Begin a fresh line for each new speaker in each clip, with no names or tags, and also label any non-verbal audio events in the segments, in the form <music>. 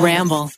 Ramble.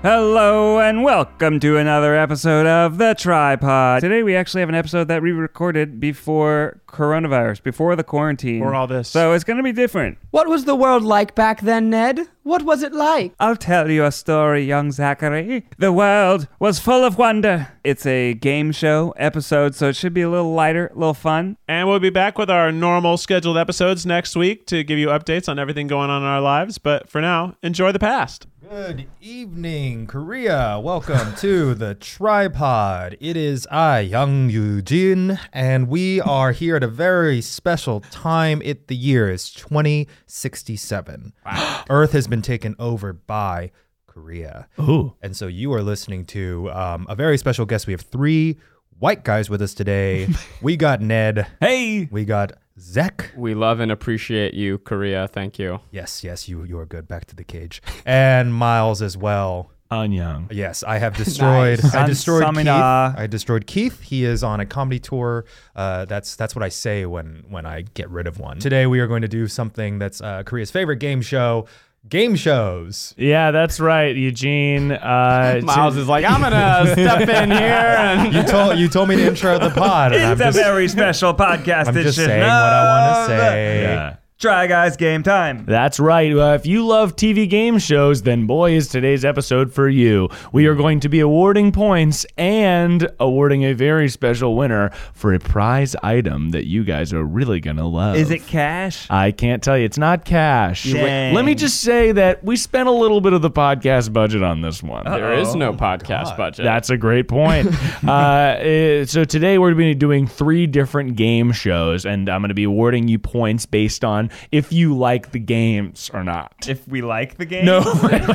Hello and welcome to another episode of The Tripod. Today we actually have an episode that we recorded before coronavirus, before the quarantine.
Before all this.
So it's going to be different.
What was the world like back then, Ned? What was it like?
I'll tell you a story, young Zachary. The world was full of wonder. It's a game show episode, so it should be a little lighter, a little fun.
And we'll be back with our normal scheduled episodes next week to give you updates on everything going on in our lives. But for now, enjoy the past.
Good evening, Korea. Welcome to the tripod. It is I, Young Yujin, and we are here at a very special time. It the year is 2067. <gasps> Earth has been taken over by Korea.
Ooh.
And so you are listening to um, a very special guest. We have three white guys with us today. we got Ned.
Hey!
We got Zek.
We love and appreciate you, Korea. Thank you.
Yes, yes, you you are good. Back to the cage. And Miles as well.
Anyang.
Yes, I have destroyed. I destroyed Keith.
Ansamina.
I destroyed Keith. He is on a comedy tour. Uh, that's that's what I say when when I get rid of one. Today we are going to do something that's uh, Korea's favorite game show, game shows.
Yeah, that's right, Eugene. Uh,
<laughs> Miles is like, I'm <laughs> gonna step in here and
You told you told me to intro the pod. And I'm
It's a
just,
very special podcast.
I'm just
edition
saying what I want
of
to say.
yeah.
Try Guys Game Time.
That's right. Uh, if you love TV game shows, then boy, is today's episode for you. We are going to be awarding points and awarding a very special winner for a prize item that you guys are really going to love.
Is it cash?
I can't tell you. It's not cash.
Dang.
Let me just say that we spent a little bit of the podcast budget on this one.
there is no podcast budget.
That's a great point.
<laughs>
uh, eh, so today we're going to be doing three different game shows, and I'm going to be awarding you points based on if you like the games or not.
If we like the game? <laughs>
<laughs>
<laughs> No,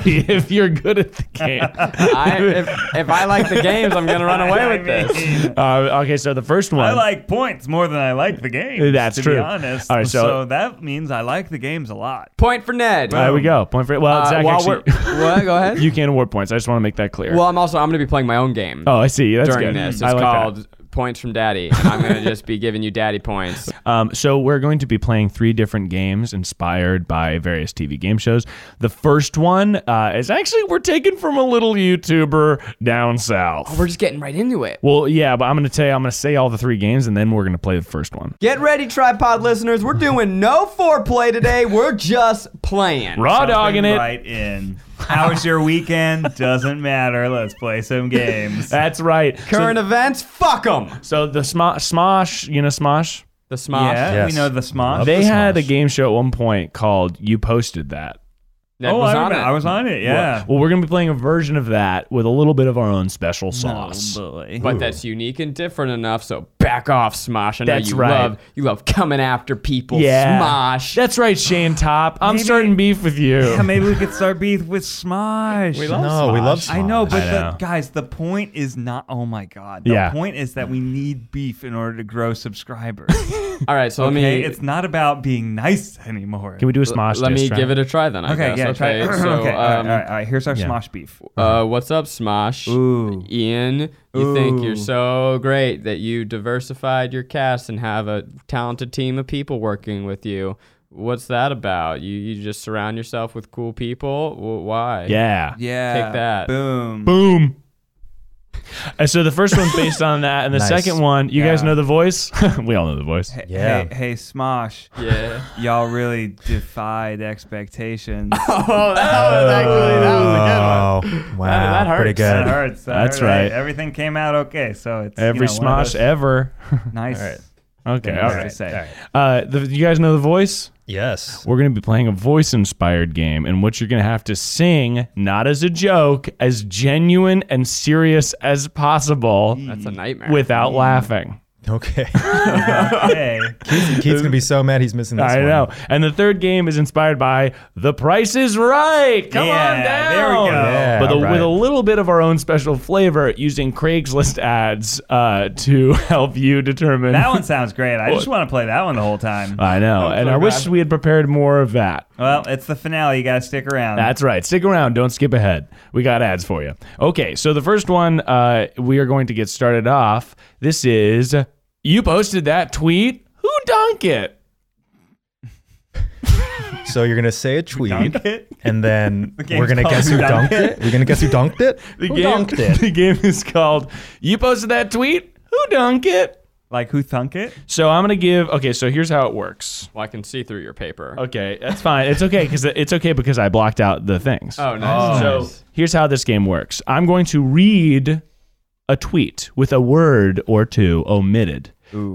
if you're good at the game.
I, if, if I like the games, I'm
<laughs>
gonna run away with this.
Uh, okay, so the first one.
I like points more than I like the games.
Uh, That's
to Be
true.
honest.
All right,
so,
so-
that means I like the games a lot.
Point for Ned.
There we go. Point for well,
Uh,
Zach.
while
Actually,
we're- what? Go ahead.
<laughs> you can award points. I just want to make that clear.
well, I'm also I'm gonna be playing my own game
oh, I see. That's
during
good.
this. It's
I like that.
called Points from Daddy, and I'm gonna just be giving you daddy
<laughs>
points.
Um, so we're going to be playing three different games inspired by various TV game shows. The first one uh, is actually we're taken from a little YouTuber down south.
We're just getting right into it.
well, yeah, but I'm going to tell you, I'm going to say all the three games, and then we're going to play the first one.
Get ready, tripod listeners. We're doing no foreplay today. We're just playing.
Raw dogging it.
Right in. How was your
<laughs>
weekend? Doesn't matter. Let's play some games.
That's right.
Current events, fuck them.
So, so the Smo- Smosh, you know Smosh,
The smosh.
yeah,
Yes.
we know the smosh.
they
the
had
Smosh.
a game show at one point called "You Posted That."
Ned
oh,
was
I,
on
remember,
it.
I was on it. Yeah.
Well, we're going to be playing a version of that with a little bit of our own special sauce.
Oh, boy.
but that's unique and different enough. So back off, Smosh. I know
That's
you
right.
love you love coming after people.
yeah,
Smosh.
That's right, Shane Top. I'm
Maybe-
starting beef with you.
Yeah, maybe we could start beef with smosh.
No, we love. Smosh.
I know, but
I
The,
know.
guys, the point is not. Oh my god. The
Yeah.
point is that we need beef in order to grow subscribers.
All right, so
okay,
let
it's
me
not about being nice anymore.
<laughs> Can we do a Smosh?
let me
diss track?
give it a try then. I
Okay,
guess.
yeah, try. <clears throat>
okay, so
okay, all, right,
um,
all right, all right, Here's our smosh beef.
Uh, what's up, Smosh?
Ooh.
Ian, you think
Ooh.
you're so great that you diversified your cast and have a talented team of people working with you. What's that about? You you just surround yourself with cool people? Well, why?
Yeah.
Yeah.
Take that.
Boom.
Boom. And so the first one's based on that, and the
Nice.
second one, you guys know the voice. <laughs> we all know the voice.
Yeah.
Hey, hey, Smosh,
Yeah.
y'all really defied
<laughs>
expectations.
oh, that was actually that was a good one.
Oh, wow,
that hurts.
pretty
that
good.
hurts. that
That's
hurt. Hey,
right.
everything came out okay, so it's you
Every
know, one of
Smosh
those
ever. <laughs>
Nice. <laughs>
okay,
things
all
to
right.
say.
Uh, the, you guys know the voice.
Yes.
We're gonna be playing a voice-inspired game, in which you're gonna have to sing, not as a joke, as genuine and serious as possible,
<laughs>
That's a nightmare.
without laughing.
Okay.
<laughs>
Okay.
Keith's gonna be so mad he's missing this
I
one.
know. And the third game is inspired by The Price is Right. Come on
Yeah,
down.
there we go.
Yeah,
but the,
right.
with a little bit of our own special flavor using Craigslist ads uh, to <laughs> help you determine.
That one sounds great. I just want to play that one the whole time.
<laughs> I know. And I wish we had prepared more of that.
Well, it's the finale. You got to stick around.
That's right. Stick around. Don't skip ahead. We got ads for you. Okay. So the first one, uh, we are going to get started off. This is you posted that tweet. Who dunk it?
So you're gonna say a tweet,
it.
and
<laughs>
then
game's
we're gonna
called
guess
Who
who
Dunked
dunked it. We're gonna guess who dunked it.
The
who
game.
dunked it?
<laughs> The game is called "You Posted That Tweet." Who dunk it?
Like who thunk it?
So I'm gonna give. Okay, so here's how it works.
Well, I can see through your paper.
Oh,
Okay, that's fine. It's okay because it's okay because I blocked out the things.
Oh, nice.
So here's how this game works. I'm going to read a tweet with a word or two omitted.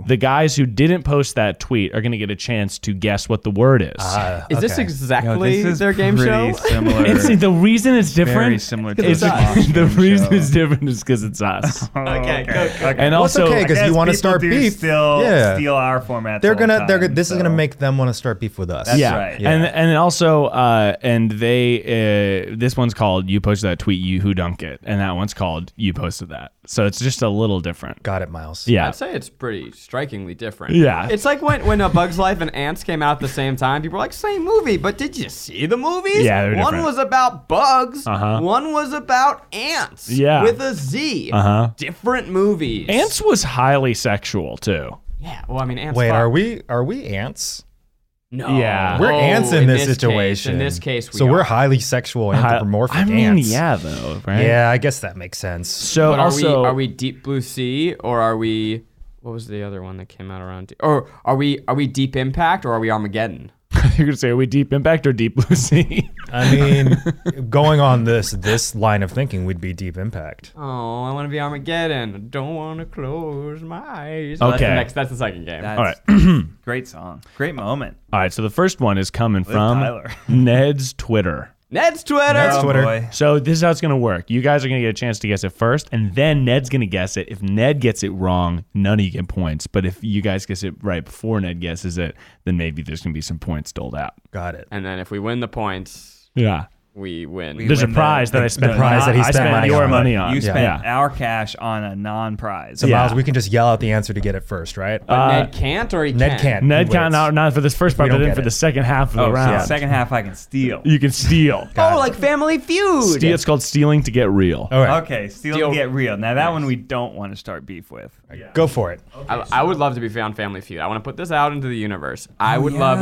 The guys who didn't post that tweet are going to get a chance to guess what the word is.
Ah.
is this exactly
this is
their game show?
pretty Similar.
<laughs> it's the reason it's different.
very similar to
is-
the Boston
<laughs> the reason
show.
it's different is because it's
<laughs>
us.
Oh, okay,
And
Well, it's
also,
okay, 'cause
Because
you wanna
people
start
do
beef.
Still
Yeah.
steal our format.
<laughs> They're
the whole
gonna. They're.
time,
gonna- This is gonna
so.
make them want to start beef with us.
yeah.
right.
And and also uh and they uh this one's called you posted that tweet you who dunk it and that one's called you posted that. So it's just a little different.
Got it, Miles.
Yeah.
I'd say it's pretty strikingly different.
Yeah.
It's like when, when A Bug's Life and Ants came out at the same time. People were like, same movie, but did you see the movies?
Yeah, they're
One
different.
was about bugs,
Uh-huh.
one was about ants.
Yeah.
With a Z.
Uh-huh.
Different movies.
Ants was highly sexual too.
Yeah. Well, I mean, ants.
Wait,
fuck.
are we? Are we ants?
No.
Yeah.
We're
Oh,
ants in this,
case-
situation.
in this case, we
so
are.
we're highly sexual
Hi-
anthropomorphic
I mean,
ants.
yeah though, right?
Yeah, I guess that makes sense.
So
But are
also
we are we deep blue sea or are we what was the other one that came out around or are we are we deep impact or are we Armageddon?
<laughs> you're gonna say are we deep impact or deep blue sea?
I
<laughs>
mean, going on this this line of thinking, we'd be deep impact.
Oh, I want to be Armageddon. I don't want to close my eyes. That's
Okay.
the next. That's the second game.
That's
All right.
<clears throat> great song. Great moment.
All right, so the first one is coming from
<laughs>
Tyler.
Ned's Twitter.
Ned's Twitter.
Ned's- Twitter.
Oh, boy.
So this is how it's going to work. You guys are going to get a chance to guess it first, and then Ned's going to guess it. If Ned gets it wrong, none of you get points. But if you guys guess it right before Ned guesses it, then maybe there's going to be some points doled out.
Got it.
And then if we win the points,
Yeah.
we win.
There's a
win the-
prize that I spent.
prize that he
I
spent
spent
money
your
on.
money on.
You spent
yeah.
our cash on a non-prize.
So
Yeah. Uh,
Miles, we can just yell out the answer to get it first, right?
But Ned can't or he
Ned
can.
can't.
Ned
He
got
wins.
out not for this first part,
we
but
don't
then
get
for
it.
the second half of
Oh,
the
so
round.
second half I can steal.
You can steal.
Got
Oh,
it.
like uh, Family Feud.
Steal- It's called stealing to get real.
All right,
Okay, steal,
Steal.
to get real. Now that one we don't want to start beef with.
go for it.
I, I would love to be on Family Feud. I want to put this out into the universe. I would love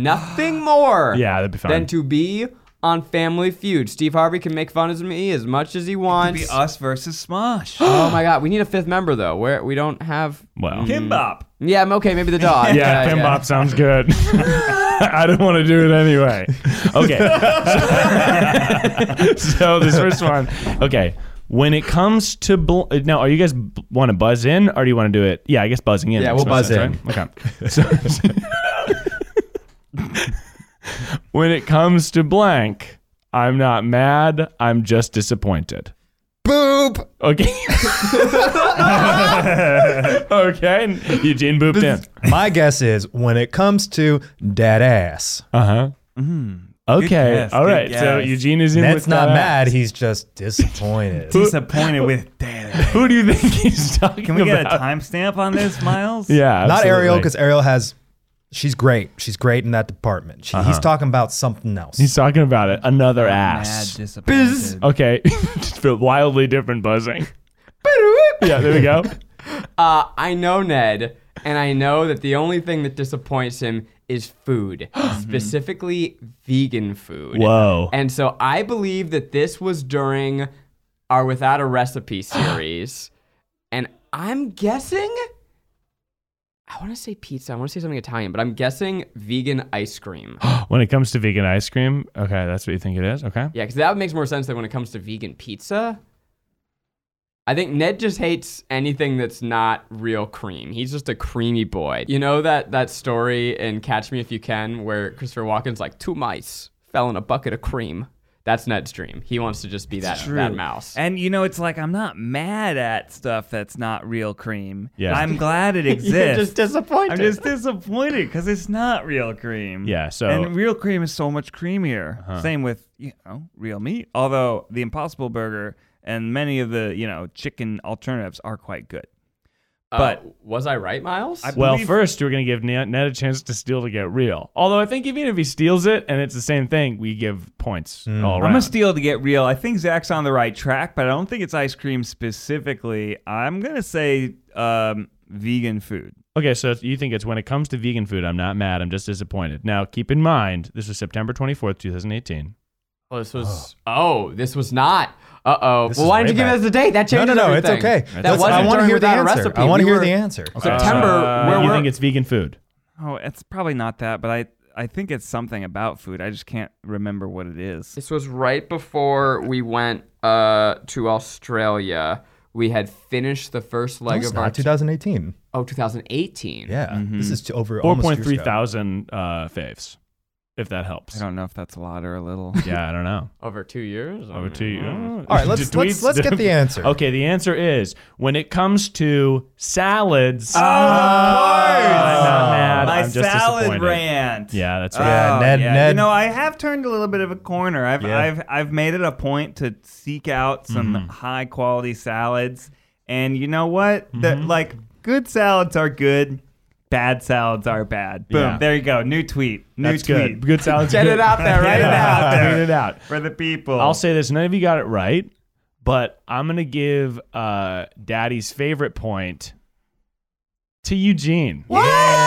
nothing more.
Oh, <gasps> Yeah, that'd be fun.
Than to be on Family Feud. Steve Harvey can make fun of me as much as he wants.
Be us versus
<gasps>
Smosh.
Mm.
oh my God, we need a fifth member though. Where we don't have.
Well.
Kimbop.
Yeah, I'm okay. Maybe the dog.
<laughs> Yeah, Pimbop sounds good. <laughs> I don't want to do it anyway. Okay. <laughs> So, so this first one. Okay. When it comes to bl- now, are you guys b- want to buzz in, or do you want to do it? Yeah, I guess buzzing in.
Yeah,
makes
we'll
more
buzz
sense, right? Okay. So, <laughs> when it comes to blank, I'm not mad. I'm just disappointed.
Boop.
Okay. <laughs> okay. Eugene booped in.
<laughs> My guess is when it comes to dead ass,
Uh huh. Okay.
guess,
All
Mm-hmm. good
right. So
guess.
Eugene is in.
Ned's
with
not
uh, that. <laughs>
mad. He's just disappointed.
Disappointed
<laughs>
with Dad.
Who do you think he's
<laughs>
talking
Can we
about?
get a timestamp on this, Miles?
Yeah.
Not Ariel,
absolutely.
because Ariel has. She's great. She's great in that department. She, He's talking about something else.
Uh-huh. he's talking about it.
Oh,
Another
Mad
ass.
disappointed.
Okay. <laughs> Just feel wildly different buzzing. <laughs>
<laughs>
Yeah. There
<laughs>
we go.
Uh, I know Ned, and I know that the only thing that disappoints him is food, specifically vegan food.
Whoa.
And so I believe that this was during our Without a Recipe series. and I'm guessing. I want to say pizza. I want to say something Italian, but I'm guessing vegan ice cream. <gasps> yeah,
When it comes to vegan ice cream, okay, that's what you think it is. Okay.
because that makes more sense than when it comes to vegan pizza. I think Ned just hates anything that's not real cream. He's just a creamy boy. You know that that story in Catch Me If You Can where Christopher Walken's like two mice fell in a bucket of cream. That's Ned's dream. He wants to just be that, that mouse.
And you know, it's like I'm not mad at stuff that's not real cream.
Yeah.
I'm glad it exists.
<laughs> You're just disappointed.
I'm just disappointed because it's not real cream.
Yeah, so-
and real cream is so much creamier.
Uh-huh.
Same with you know real meat. Although the Impossible Burger and many of the you know chicken alternatives are quite good.
Uh,
but-
was I right, Miles?
I-
Well,
believe-
first we're gonna give Ned Ned a chance to steal to get real. Although I think even if he steals it and it's the same thing, we give points all
Mm, I'm
around.
a steal to get real. I think Zach's on the right track, but I don't think it's ice cream specifically. I'm gonna say um, vegan food.
okay, so it's- you think it's when it comes to vegan food, I'm not mad. I'm just disappointed. Now keep in mind, this was September 24th, 2018.
oh, this was. Oh, this was not. Uh oh.
This
Well,
is
why didn't you
way
give
back.
us the date? That
No,
changes
no, no. It's
everything.
okay.
That
Let's-
wasn't
I wanna
during
hear the
without a
answer.
recipe.
I want
We
to hear
were-
the answer.
September.
Uh,
where
you
were-
think it's vegan food?
Oh, it's probably not that, but I I think it's something about food. I just can't remember what it is.
This was right before we went uh, to Australia. We had finished the first
No,
leg
it's
of
not.
our
2018.
oh 2018.
Yeah,
Mm-hmm.
this is t- over
Four
almost
point
years
three
ago.
thousand uh, faves, if that helps.
I don't know if that's a lot or a <laughs> little.
yeah, I don't know. Oh.
over two years.
Over to you.
uh,
All <laughs>
right, let's- let's- let's get the answer.
Okay, the answer is when it comes to salads.
Ah,
I'm not mad.
My
I'm just
salad
disappointed.
rant.
Yeah, that's right.
Yeah,
Oh,
Ned-
You
Ned-
know, I have turned a little bit of a corner. I've
Yeah.
I've I've made it a point to seek out some
Mm-hmm.
high quality salads, and you know what? That
Mm-hmm.
like good salads are good, bad salads are bad. Boom.
Yeah.
There you go. New tweet. New
That's
tweet
good. Good salads.
Get it out there,
<laughs>
right?
Get it out there.
Get it out.
for the people.
I'll say this: none of you got it right, but I'm gonna give uh, Daddy's favorite point to Eugene.
What?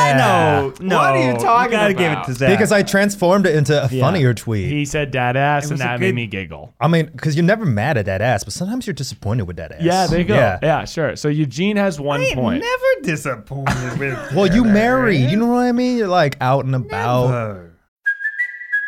No, no.
What are you talking
you gotta
about?
give it to Zach.
Because I transformed it into a
Yeah.
funnier tweet.
He said dad ass, and
was a
that
good-
made me giggle.
I mean, because you're never mad at that ass, but sometimes you're disappointed with that ass.
Yeah, there you go.
Yeah.
Yeah, sure. So Eugene has one
I ain't
point.
never disappointed with.
Well, you married. You know what I mean? You're like out and about.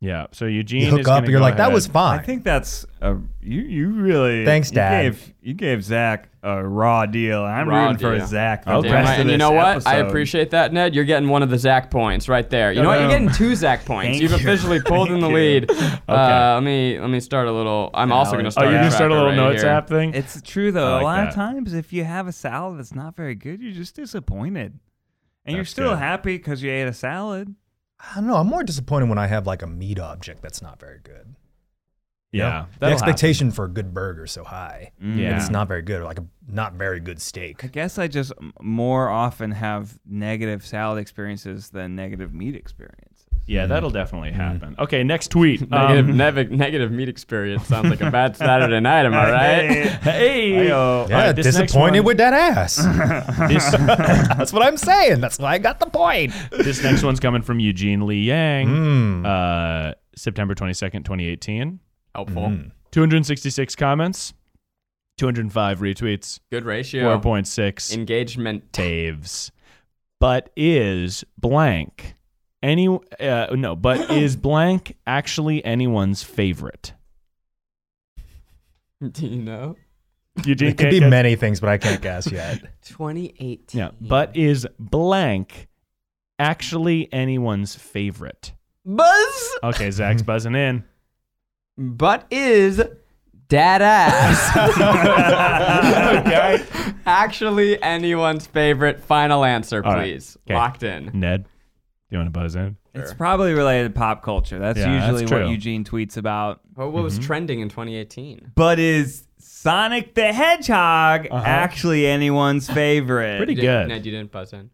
Yeah. So Eugene
You
is
hook up,
gonna
you're
go
like, that
ahead.
was
I
fine.
think that's a, you. You really
Thanks,
you
Dad.
Gave, you gave Zach a raw deal. I'm
Raw
rooting for
deal.
Zach. The
Okay.
rest of
and you
this
know what? I
episode.
appreciate that, Ned. You're getting one of the Zach points right there. You know what? You're getting two Zach points.
Thank
You've
you.
officially pulled in the
Thank you.
lead.
Okay.
Uh, let me let me start a little. I'm also gonna
Oh,
start. a
you're gonna start a
tracker
little
right
notes
here.
app thing.
It's true though.
I like
a lot of
that.
times, if you have a salad that's not very good, you're just disappointed, and you're
That's
still
good.
happy because you ate a salad.
I don't know. I'm more disappointed when I have like a meat object that's not very good. You know? The
yeah. that'll happen. Mm.
expectation for a good burger is so high.
Yeah.
And it's not very good, or like a not very good steak.
I guess I just m- more often have negative salad experiences than negative meat experiences.
Yeah, that'll definitely happen. Okay,
<laughs>
next tweet.
Mm-hmm. Negative,
Um,
neg- negative meat experience sounds like a bad Saturday night.
<laughs>
Am I right?
<laughs> hey.
Ayo.
Yeah,
Alright, this next
disappointed
one-
with that ass.
<laughs>
<laughs>
this, Uh,
That's what I'm saying. That's why I got the
<laughs>
point. Hmm.
this next one's coming from Eugene Lee Yang.
Mm.
Uh, September 22nd, 2018.
Helpful.
Mm-hmm. 266 comments, 205 retweets,
Good ratio.
4.6
Engagement. <laughs>
faves. But is blank any uh, no,
<coughs>
but is blank actually anyone's favorite?
Do you know?
Eugene
It could
can't
be
guess.
many things, but I can't guess yet.
2018.
Yeah, but is blank actually anyone's favorite?
Buzz.
Okay,
<laughs>
Zach's buzzing in.
But is dad ass
okay.
actually anyone's favorite? Final answer,
All right.
please.
Okay.
Locked in.
Ned, do you want to buzz in?
It's probably related to pop culture. That's
Yeah, that's
usually what
true.
Eugene tweets about.
What what was trending in 2018?
But is Sonic the Hedgehog actually anyone's favorite?
Pretty
You
good.
didn't- Ned, you didn't buzz in.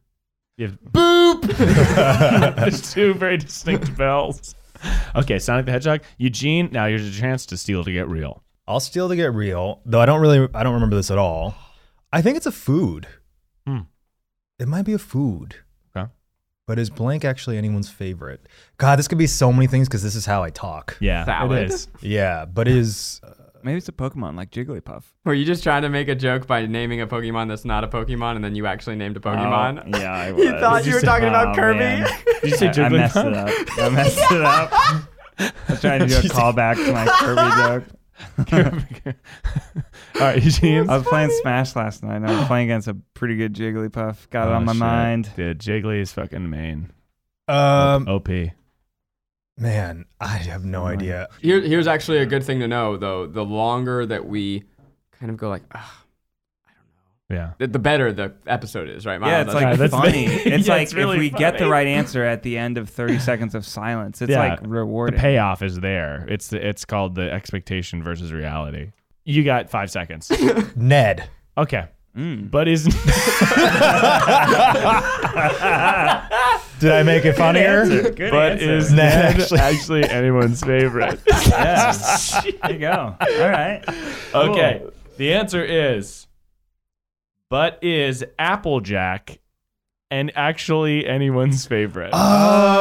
You have- <laughs> There's two very distinct bells. Okay, Sonic the Hedgehog. Eugene, now here's your chance to steal to get real.
I'll steal to get real, though I don't really I don't remember this at all. I think it's a food.
Hmm.
It might be a food.
Okay.
But is blank actually anyone's favorite? God, this could be so many things because this is how I talk.
Yeah,
Salad.
it
<laughs>
is.
Yeah, but is
Maybe it's a Pokemon like Jigglypuff.
Were you just trying to make a joke by naming a Pokemon that's not a Pokemon, and then you actually named a Pokemon?
Oh, <laughs> yeah,
<laughs>
I was.
You thought you were talking about Kirby?
"Oh,
<laughs>
Did you say I, I messed it up. I messed it <laughs>
<laughs>
up. I was trying to
<laughs>
do a callback to my Kirby joke. <laughs>
All right, <laughs> Eugene.
I was playing Smash last night. and I was playing against a pretty good Jigglypuff. Got it on my mind.
Oh, Dude, Jiggly is fucking main.
um
OP.
man, I have no idea.
Here, here's actually a good thing to know, though. The longer that we kind of go like, Ugh,
Yeah.
the, the better the episode is, right? Miles?
Yeah, it's
That's-
like
that's
funny. <laughs>
big.
It's
Yeah,
like
it's really
if we get the
funny.
right answer at the end of <laughs> 30 seconds of silence, it's
Yeah.
like
The
rewarding.
payoff is there. It's it's called the expectation versus reality. You got
<laughs>
five seconds.
Ned.
Okay.
Mm.
But isn't
Did I make it funnier?
Good
but
answer.
is
Ned
Ned
actually-
actually
<laughs>
anyone's <laughs> favorite?
Yeah. there you go. All right.
Okay. The answer is but is Applejack and actually anyone's favorite?
Uh,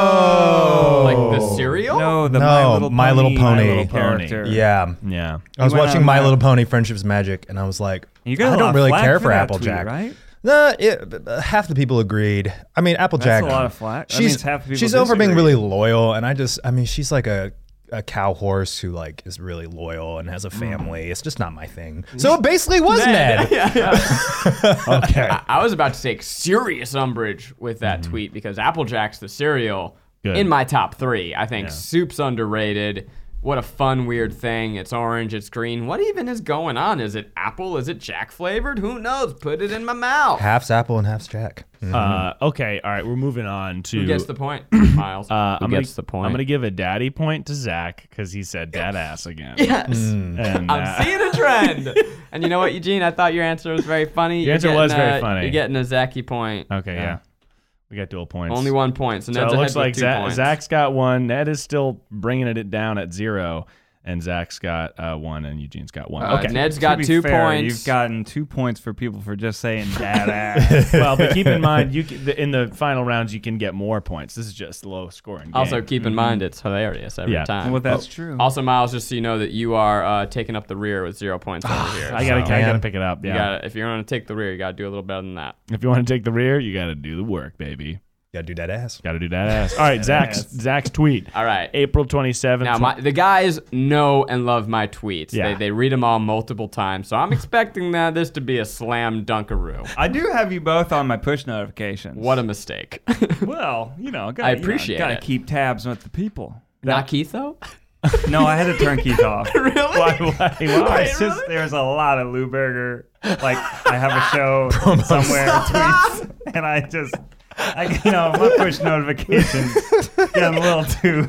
Oh.
like the cereal.
No, the
No,
My Little
My Little
Pony,
Pony.
little
Pony.
character.
Yeah.
yeah.
I was
went
watching
on
My
that-
Little Pony Friendship's Magic and I was like,
You got a
I
lot
don't
of
really
flack
care
for
for
that
Applejack.
tweet, right?
Nah, it, b- b- half the people agreed. I mean, Applejack.
That's a lot of flack. That
She's
means half the people
she's over being
disagree.
really loyal, and I just, I mean, she's like a a cow horse who like is really loyal and has
Mm.
a family. It's just not my thing. So it
<laughs>
basically was Ned. okay.
I, I was about to take serious umbrage with that tweet because Applejack's the cereal
Mm-hmm. Good.
in my top three. I think soup's underrated. What a fun, weird thing. It's orange, it's green. What even is going on? Is it apple? Is it jack flavored? Who knows? Put it in my mouth.
Half's apple and half's Jack. Mm.
Uh, okay, all right, we're moving on to
Who gets the
<clears throat>
point? Miles.
uh,
Who
I'm
gets
gonna,
the point?
I'm gonna give a daddy point to Zach because he said dad ass again.
<laughs> Yes.
And, uh,
I'm seeing a
<laughs>
trend. and you know what, Eugene? I thought your answer was very funny. Your
answer was very funny.
You're getting a Zachy point.
Okay, yeah. We got dual points.
Only one point. So,
So
Ned's
it
ahead
looks
with
like
two
Zach,
points.
Zach's got one. Ned is still bringing it down at zero, and Zach's got uh, one, and Eugene's got one.
Uh,
okay.
Ned's
To
got
be
two
fair,
points.
You've gotten two points for people for just saying dad ass.
well, but keep
<laughs>
in mind, you can, the- in the final rounds you can get more points. This is just low scoring.
Also,
game.
keep in mind it's hilarious every
Yeah.
time.
well, that's true.
Also, Miles, just so you know that you are uh, taking up the rear with zero points over here.
I gotta,
Oh,
I gotta
man.
pick it up.
You
Yeah.
gotta- if you're going to take the rear, you got to do a little better than that.
If you want to take the rear, you gotta do the work, baby.
Gotta do that ass.
Gotta do that ass. All right, Zach's Zach's tweet.
All right.
April twenty seventh.
Now, my, the guys know and love my tweets.
Yeah.
They, they read them all multiple times, so I'm expecting that this to be a slam dunkaroo.
I do have you both on my push notifications.
What a mistake. <laughs>
well, you know, gotta,
I
you know,
appreciate
gotta
it.
keep tabs with the people.
Not Keith, though?
No, I had to turn Keith off.
really?
Well, it's just there's a lot of Lou Berger. Like I have a show somewhere tweets, and I just, I you know, my push notifications getting a little too,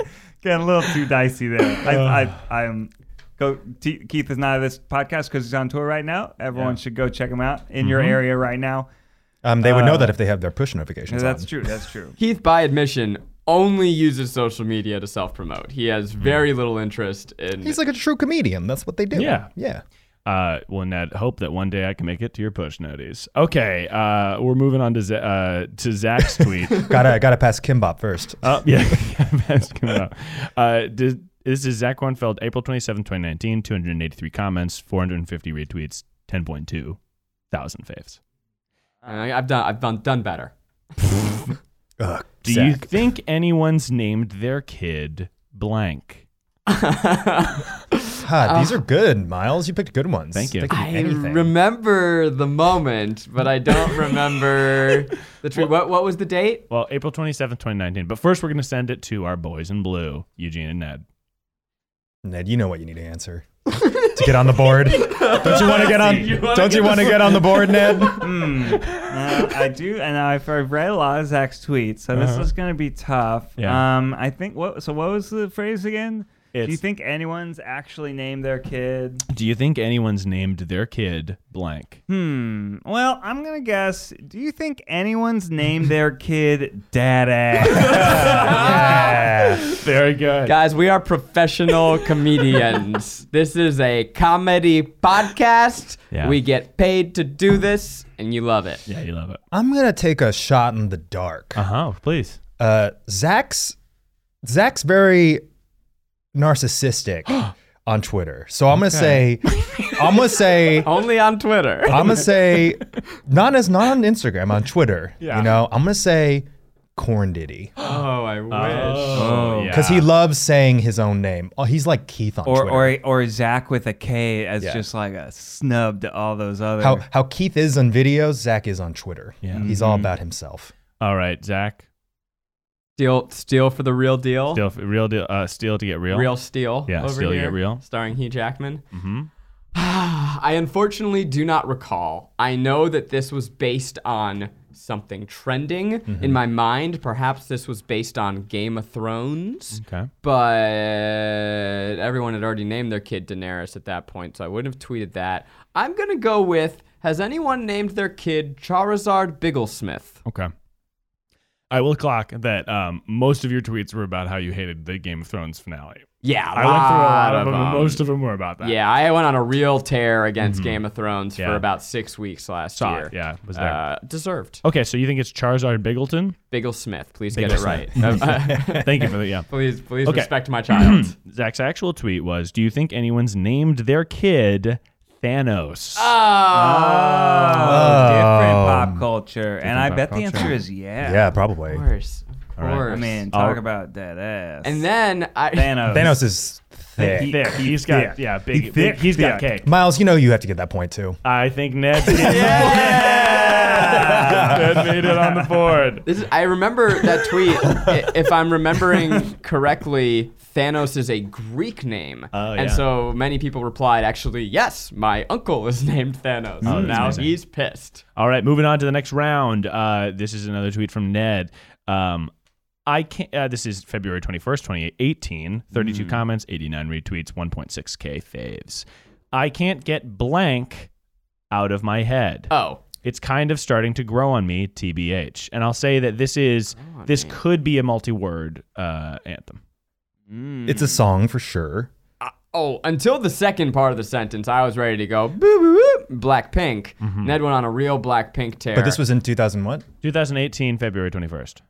<laughs> getting a little too dicey there. I, I, I'm. Go, T- Keith is not of this podcast because he's on tour right now. Everyone should go check him out in your area right now.
Um, they would know that if they have their push notifications.
Uh, That's
on.
true. That's true.
Keith, by admission, only uses social media to self promote. He has very little interest in.
He's like a true comedian. That's what they do.
Yeah.
Yeah.
Uh, well, Ned, hope that one day I can make it to your push notice. Okay, uh, we're moving on to Z- uh,
<laughs>
to Zach's tweet.
Gotta gotta pass Kimbop first.
uh, yeah, <laughs> that's coming up. Uh, did, this is Zach Kornfeld, April twenty seventh, 2019, 283 comments, 450 retweets, 10.2 thousand faves.
I- I've done. I've done, done better. <laughs>
Ugh,
Do
Zach.
you think anyone's named their kid blank?
Ha, these are good, Miles. You picked good ones.
Thank you.
They could be
I
anything.
remember the moment, but I don't
<laughs>
remember the tweet. What, what was the date?
Well, April twenty seventh, 2019. But first, we're going to send it to our boys in blue, Eugene and Ned.
Ned, you know what you need to answer <laughs> to get on the board. Don't you want to get on? don't <laughs> you want to get on the board, Ned?
Uh, I do, and I've, I've read a lot of Zach's tweets, so this is going to be tough.
Yeah.
Um, I think what. So what was the phrase again? Do you
It's-
think anyone's actually named their kid?
Do you think anyone's named their kid blank?
Hmm. Well, I'm gonna guess. Do you think anyone's named their kid Dadass?
Very good.
Guys, we are
<laughs>
professional comedians. This is a comedy podcast.
Yeah.
We get paid to do this, and you love it.
Yeah, you love it.
I'm gonna take a shot in the dark.
Uh huh. Please.
Uh, Zach's Zach's very <gasps> narcissistic on Twitter, so I'm gonna say I'm gonna <laughs> say
Only on
<laughs>
Twitter.
I'm gonna say not as not on Instagram on Twitter.
Yeah.
You know, I'm gonna say Corn <gasps> Diddy
Oh, I wish.
Oh,
because he loves saying his own name. Oh, he's like Keith on
or
Twitter.
or or Zach with a K as
Yeah.
just like a snub to all those other.
how how Keith is on videos, Zach is on Twitter.
Yeah.
He's all about himself.
All right, Zach.
Steal, steal for the real deal.
Steal, real deal. Uh, steal to get real.
Real Steel.
Yeah,
over
Steel, you
here,
get real.
Starring Hugh Jackman.
Mm-hmm.
<sighs> I unfortunately do not recall. I know that this was based on something trending
Mm-hmm.
in my mind. Perhaps this was based on Game of Thrones,
Okay.
but everyone had already named their kid Daenerys at that point, so I wouldn't have tweeted that. I'm going to go with Has anyone named their kid Charizard Bigglesmith?
Okay. I will clock that um, most of your tweets were about how you hated the Game of Thrones finale.
Yeah,
I went through a lot of them.
'em.
and Most of them were about that.
Yeah, I went on a real tear against Game of Thrones
Yeah.
for about six weeks last
Saw
year.
it, yeah, was there.
Uh, deserved.
Okay, so you think it's Charizard <laughs> Bigleton?
Biggle Smith, please
Biggle
get it
<laughs>
right. Uh,
Thank you for that.
<laughs>
Yeah.
please, please
Okay.
respect my
<clears throat>
child.
Zach's actual tweet was Do you think anyone's named their kid Thanos?
Uh,
Oh,
Oh,
different pop culture, and I
pop
bet the
culture.
answer is yeah.
Yeah, probably.
of course, of
right.
course.
I mean, talk
Oh.
about that ass.
and then I
Thanos.
Thanos is thick.
Thick. He's got,
thick.
yeah, big.
He
big-
thick,
he's got
thick.
cake.
Miles, you know you have to get that point too.
I think Ned. <laughs> Ned made it on the board.
this is, I remember that
<laughs>
tweet. I- if I'm remembering correctly, Thanos is a Greek name,
Oh,
and
yeah.
so many people replied, "Actually, yes, my uncle is <laughs> named Thanos. so
Oh, that's
now
amazing.
he's pissed."
All right, moving on to the next round. Uh, this is another tweet from Ned. Um, I can't. Uh, this is February twenty first, twenty eighteen. Thirty two comments, eighty nine retweets, one point six k faves. I can't get blank out of my head.
Oh,
it's kind of starting to grow on me, tbh. And I'll say that this is
Oh,
this could be a multi word uh, anthem.
It's a song for sure.
Oh, until the second part of the sentence, I was ready to go boop, boop, boop, black pink.
Mm-hmm.
Ned went on a real black pink tear.
But this was in 2000 what?
Two thousand eighteen, February twenty first.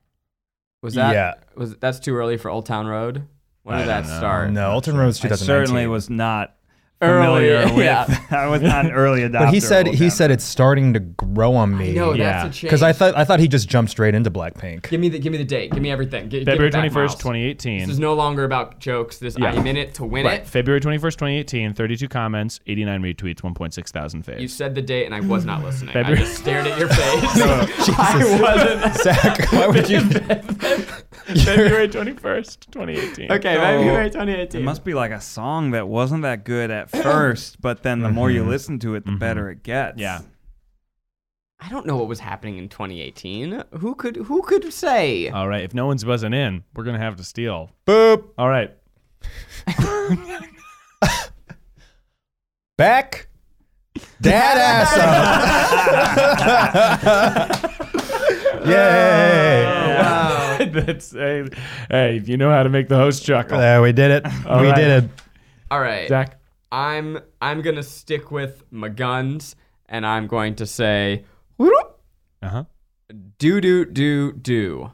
was that
yeah.
was that's too early for Old Town Road? When did
I
that
don't know.
start?
No, Alton Rose
I
2019.
certainly was not
Early,
familiar with.
<laughs>
<laughs>
yeah.
I was not an early adopter.
But he said
of
he
Old
said it's starting to grow on me.
No,
Yeah.
that's a change.
Because I thought I thought he just jumped straight into Blackpink.
give me the give me the date. Give me everything. Gi- give
February
it back,
twenty first,
Miles.
twenty
This
eighteen.
is no longer about jokes. This
Yeah.
I'm in it to win it.
February 21st, 2018, 32 comments, 89 retweets, 1.6 thousand faves.
You said the date, and I was not listening.
February-
I just stared at your face. <laughs> I wasn't.
<laughs> Zach, why would you?
<laughs> February 21st, 2018.
Okay, February 2018.
It must be like a song that wasn't that good
<coughs>
at first, but then the more you
Mm-hmm.
listen to it, the better it gets.
Yeah.
I don't know what was happening in 2018. Who could who could say?
All right. If no one's buzzing in, we're going to have to steal.
Boop.
All right.
Back. Dad ass up. <laughs> Yay.
<laughs> That's, hey, hey, if you know how to make the host chuckle.
There, we did it. we
Oh, right.
did it.
All right.
Zach.
I'm I'm gonna stick with my guns, and I'm going to say whoop,
Uh huh.
do do do do.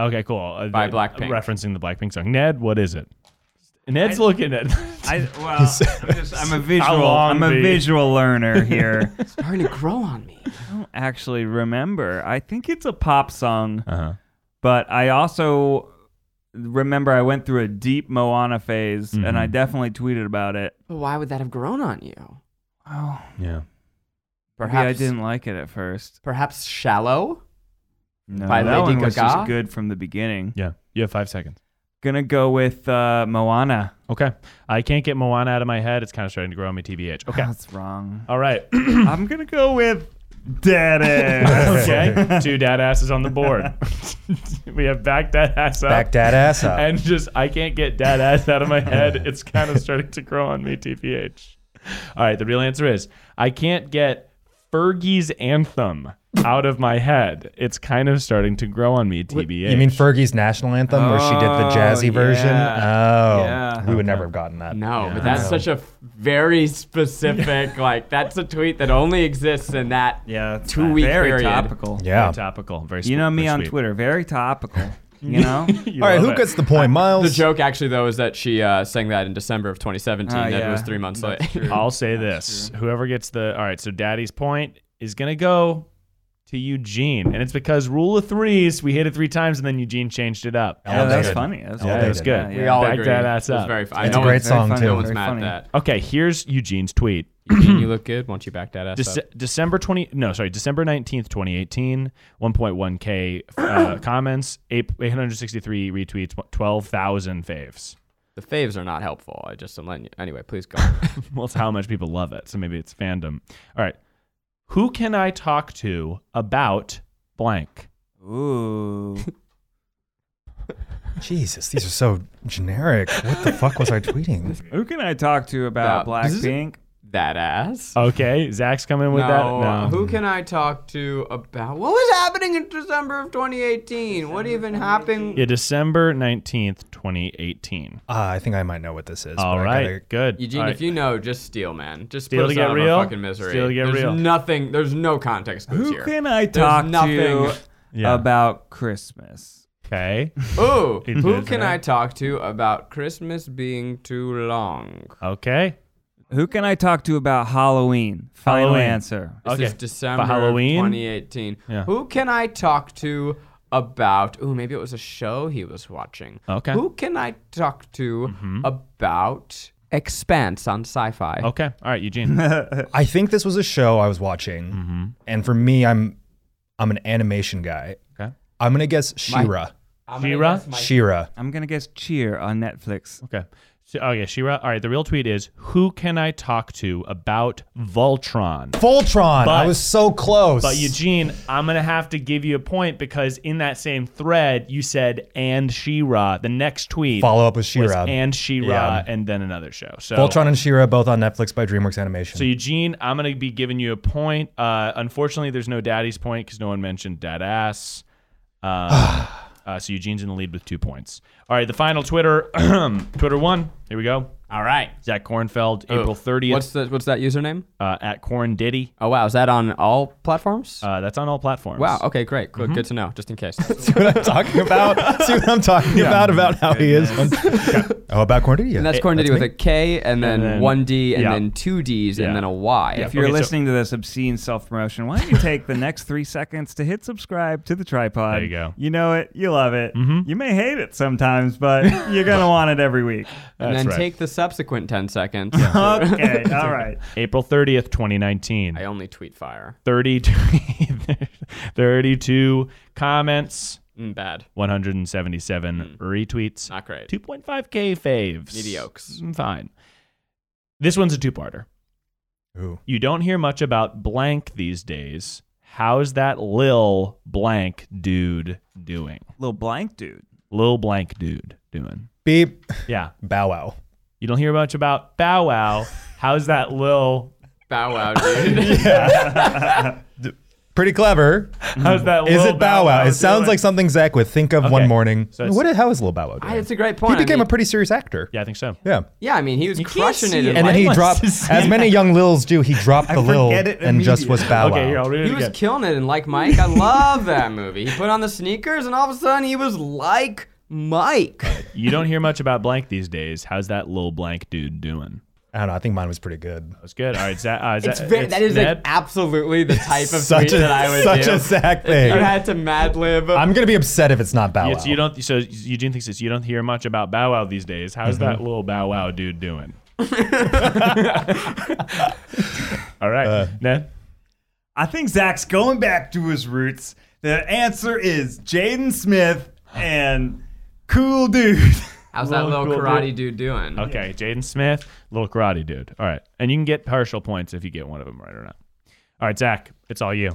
Okay, cool. Uh,
By
the-
Blackpink.
Referencing the Blackpink song. Ned, what is it? Ned's looking at
I, well, I'm, just, I'm a visual.
long
I'm a
be?
visual learner here. I
Starting to grow on me.
don't actually remember. I think it's a pop song,
<laughs> Uh-huh.
but I also remember I went through a deep Moana phase, and
Mm-hmm.
I definitely tweeted about it.
But why would that have grown on you?
Oh,
Yeah.
perhaps
Perhaps
I didn't like it at first.
Perhaps shallow.
No,
By
that
Lady
one was
Gaga?
just good from the beginning.
Yeah. You have five seconds.
Gonna go with uh, Moana.
Okay. I can't
<laughs>
get <clears throat> Moana out of my head. It's kind of starting to grow on me, TBH. Okay.
That's wrong.
All right.
I'm gonna go with Dead <laughs> ass.
Okay, <laughs> two dad asses on the board. <laughs> we have back dad ass up.
Back that ass up.
And just, I can't get dad ass out of my head. It's kind of starting to grow on me, TPH. All right, the real answer is I can't get Fergie's anthem out of my head. It's kind of starting to grow on me, TBH.
you mean Fergie's national anthem where she did the jazzy
Oh,
version?
yeah.
Oh,
Yeah.
we would never have gotten that.
No, but that's such a f- very specific. like that's a tweet that only exists in that
Yeah, it's
two week
very
period.
topical.
Yeah.
topical? Very
You know me on
Twitter.
Twitter, very topical. You know?
All right, who gets the point,
The
Miles?
joke actually though is that she uh, sang that in December of 2017.
Ah,
that
yeah.
was three months late.
I'll say this: whoever gets the all right, so Daddy's point is gonna go to Eugene, and it's because rule of threes. We hit it three times, and then Eugene changed it up.
Yeah, that was
Elevated.
funny. That was
Yeah,
that
funny.
was good.
Yeah,
<laughs> we
yeah.
all
Back
agree.
that ass
it was
up.
very funny.
It's
no
a great
one's,
song,
funny.
too.
No one's
Very
mad
funny.
at
Okay, here's Eugene's tweet.
that. Eugene, you look good. Why don't you back that ass
Dece-
up?
December 20 no sorry December 19th 2018 1.1k uh, comments eight- 863 retweets 12,000 faves
The faves are not helpful. I just am letting you. Anyway, please go. on. <laughs>
well, it's how much people love it. So maybe it's fandom. All right. Who can I talk to about blank?
Ooh.
Jesus, these are so generic. What the fuck was I
<laughs>
tweeting?
Who can I talk to about
That-
Blackpink?
that ass.
Okay. Zach's coming with that. No.
Who can I talk to about what was happening in December of 2018? what even happened?
Yeah, December 19th, 2018.
Uh, I think I might know what this is. but
All
I
right.
gotta-
Good.
Eugene,
All
if you know, just steal, man. Just
Steal
put
to
us
get
out of our
real.
fucking misery.
Steal to get
there's
real.
Nothing. There's no context clues
Who
here.
can I talk
nothing.
to
Yeah.
about Christmas?
Okay.
Ooh, who
did
can
that.
I talk to about Christmas being too long?
Okay.
Who can I talk to about Halloween? Final
Halloween.
answer.
This
Okay.
is December
For Halloween?
2018.
Yeah.
Who can I talk to about? Ooh, maybe it was a show he was watching.
Okay. Mm-hmm.
Who can I talk to about Expanse on Sci-Fi?
Okay. All
<laughs>
right, Eugene.
I think this was a show I was watching,
Mm-hmm.
and for me, I'm I'm an animation guy.
Okay.
I'm gonna guess Shira.
Shira.
Shira.
I'm gonna guess Cheer on Netflix.
Okay. So, oh, okay, Shira. All right, the real tweet is Who can I talk to about Voltron?
Voltron.
But-
I was so close.
But Eugene, I'm gonna have to give you a point because in that same thread you said and Shira. The next tweet
follow up with
was
Shira.
and Shira
Yeah.
and then another show. So
Voltron and Shira both on Netflix by DreamWorks Animation.
So Eugene, I'm gonna be giving you a point. Uh, unfortunately, there's no daddy's point because no one mentioned dad ass.
<sighs>
Um, uh, so Eugene's in the lead with two points. All right, the final Twitter, <clears throat> Twitter one. Here we go.
All right.
Zach Kornfeld, April 30th
What's the what's that username?
uh, at Corn Diddy.
Oh wow, is that on all platforms?
Uh, mm-hmm. that's on all platforms.
wow. Okay, great. Good, good to know. Just
<laughs>
in case.
See what I'm talking about? See what I'm talking about about how he is. On, Oh, about Cornelia.
And that's coordinated with a K and then,
then-
one D and
yeah.
then two D's
Yeah.
and then a Y.
Yeah.
If you're
Okay, so-
listening to this obscene self promotion, why don't you take the next three seconds to hit subscribe to the tripod?
There you go. Mm-hmm.
You know it. You love it. You may hate it sometimes,
<laughs>
but you're going to want it every week.
And
That's
then
right.
take the subsequent ten seconds.
<laughs>
Okay. All right.
April 30th,
<laughs>
2019.
I only tweet fire.
<laughs> 32, 32 comments,
Mm, bad. Hmm.
177 retweets,
Not great.
2.5k faves.
Mediocres.
Mm, Fine. This one's a two parter.
Ooh.
You don't hear much about blank these days. How's that Lil blank dude doing?
Little blank dude.
Lil blank dude doing.
Beep.
Yeah.
Bow wow.
You don't hear much about Bow Wow. How's that Lil?
Bow
<laughs>
wow, dude. <laughs>
Pretty clever.
How's that
Is
Lil
it Bow Wow? It sounds
doing?
like something Zach would think of
Okay.
one morning.
So it's-
what? How is Lil Bow Wow doing?
I, it's a great
he
point.
became
I
a
mean-
pretty serious actor.
Yeah, I think so.
Yeah.
yeah, I mean, he was crushing it. in
And then
life.
he
<laughs>
wants
dropped,
to see
as many young Lils do, he dropped the Lil
forget it
and just was Bow Wow.
Okay, here, I'll read it
He was
again.
killing it in Like Mike. I love that movie. He put on the sneakers, and all of a sudden, he was like Mike.
<laughs> you don't hear much about blank these days. How's that Lil blank dude doing?
I don't know. I think mine was pretty good.
That's good. All right, Zach. Uh,
It's
Zach-
very, that is like
Ned?
absolutely the type
<laughs>
of
Such a,
tweet that I would
such
do.
a Zach
<laughs> If
thing.
you had to Mad Lib.
I'm going to be upset if it's not Bow Wow.
It's, you don't. So Eugene thinks it's you don't hear much about Bow Wow these days. How's
Mm-hmm.
that little Bow Wow
<laughs>
dude doing? All right,
Uh,
Ned.
I think Zach's going back to his roots. The answer is Jaden Smith and Cool Dude.
How's that
Little
little
cool
karate dude doing?
Okay, Jaden Smith, little karate dude. All right, and you can get partial points if you get one of them right or not. All right, Zach, it's all you.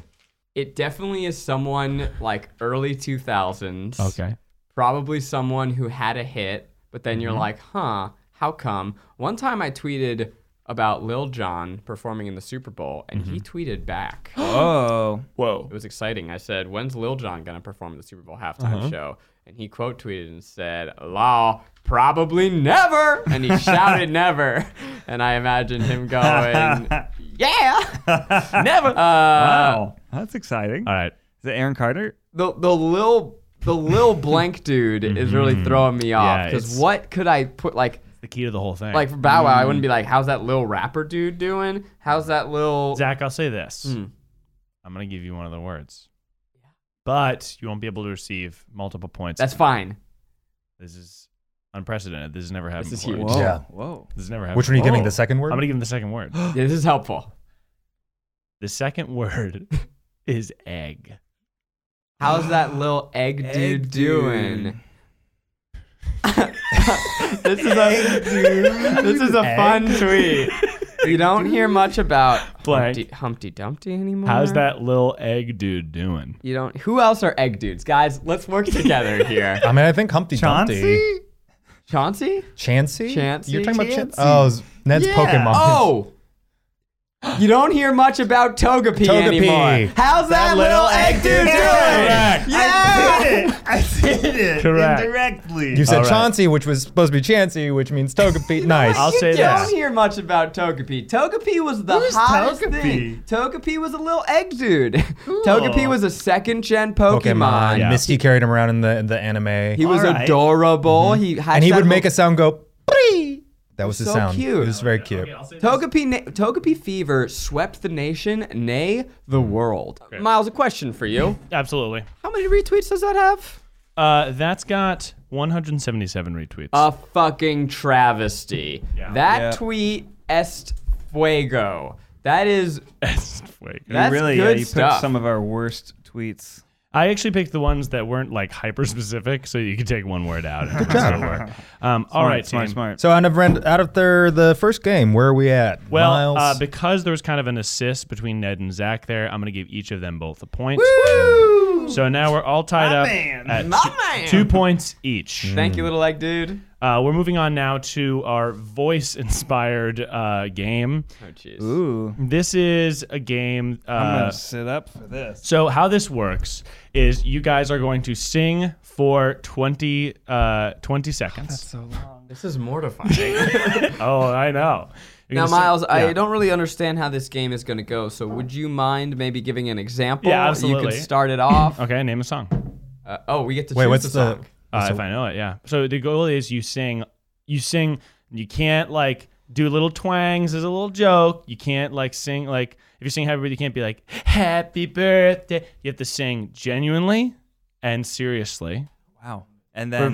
It definitely is someone like early 2000s.
Okay.
Probably someone who had a hit, but then
Mm-hmm.
you're like, huh, how come? One time I tweeted about Lil Jon performing in the Super Bowl, and he
Mm-hmm.
tweeted back.
Oh.
Whoa.
It was exciting. I said, "When's Lil Jon gonna perform at the Super Bowl halftime
Uh-huh.
show?" And he quote tweeted and said, "Law, probably never." And he shouted, "Never." And I imagined him
<laughs>
going, "Yeah, never." Uh,
wow, that's exciting.
Ah. All right.
Is it Aaron Carter?
The the Lil the Lil blank dude is really throwing me off
Mm-hmm. Yeah,
because
it's-
what could I put like
The key to the whole thing.
like for Bow Wow? I wouldn't be
Mm-hmm.
like, "How's that Lil rapper dude doing? How's that Lil?"
Zach, I'll say this.
Hmm.
I'm going to give you one of the words. But you won't be able to receive multiple points.
That's fine. <gasps>
this is unprecedented. This has never happened
This is
before.
huge.
Whoa.
Yeah.
Whoa.
This has never happened
Which one are you
before.
giving? The second
Oh, I'm
word?
going to give him the
<gasps>
second word.
Yeah, this is helpful.
the second
<laughs>
word is egg.
How's that little egg, dude doing? <laughs> this is a this is a fun tweet. You don't hear much about
Blank.
Humpty, Humpty Dumpty anymore.
How's that little egg dude doing?
You don't. Who else are egg dudes, guys? Let's work <laughs> together here.
I mean, I think Humpty Dumpty.
Chauncey?
Chauncey,
Chansey?
Chansey?
You're talking about Chansey?
Chansey.
Oh, it's- Ned's
Yeah.
Pokemon.
<laughs> Oh, <gasps> you don't hear much about Togepi,
Togepi.
anymore. How's that, little egg dude
Correct.
doing? Yeah.
I did it
Correct.
indirectly.
<laughs> You said
All right.
Chauncey, which was supposed to be Chansey, which means
<laughs>
Togepi. nice.
I'll
you
say
don't
this.
hear much about Togepi. Togepi was the
Who's
hottest
Togepi?
thing. Togepi was a little egg dude. Togepi was a second gen Pokemon.
Pokemon.
Yeah.
Misty carried him around in the in the anime.
He was
Alright.
adorable. He had
and he
that
would
little-
make a sound go, "Bree." That was his
So
sound.
cute.
It was very cute.
Togepi, na- Togepi fever swept the nation, nay, the world. Miles, a question for you.
Absolutely.
How many retweets does that have?
Uh, that's got 177 retweets. <laughs>
A fucking travesty. That
Yeah.
tweet est fuego. That is
Wait.
that's
really, yeah,
good
you
stuff.
picked some of our worst tweets.
I actually picked the ones that weren't like hyper specific, so you could take one word out.
<laughs>
<laughs> And Good job. Um, all right,
smart,
team.
smart.
So out of ran- out of their the first game, where are we at?
Well,
Miles?
uh, because there was kind of an assist between Ned and Zach there, I'm going to give each of them both a point. So now we're all tied up
man.
at
My
two,
man.
two points
Mm-hmm.
each.
Thank you, little egg dude.
Uh, we're moving on now to our voice inspired uh, game.
Oh, jeez.
Ooh.
This is a game.
I'm
Uh,
gonna sit up for this.
so how this works is you guys are going to sing for 20, uh, 20 seconds.
This is mortifying. <laughs>
oh, I know. You're
now,
gonna sing-
Miles, I
yeah.
don't really understand how this game is going to go, so would you mind maybe giving an example?
Yeah,
You
absolutely.
could start it off.
<laughs>
Okay, name a song.
Uh, oh, we get to
wait,
choose
what's
the
the,
song.
Uh, if I know it, yeah. So the goal is you sing, you sing. You can't like do little twangs as a little joke. You can't like sing like if you sing happy birthday, you can't be like happy birthday. You have to sing genuinely and seriously.
Wow. And then <laughs>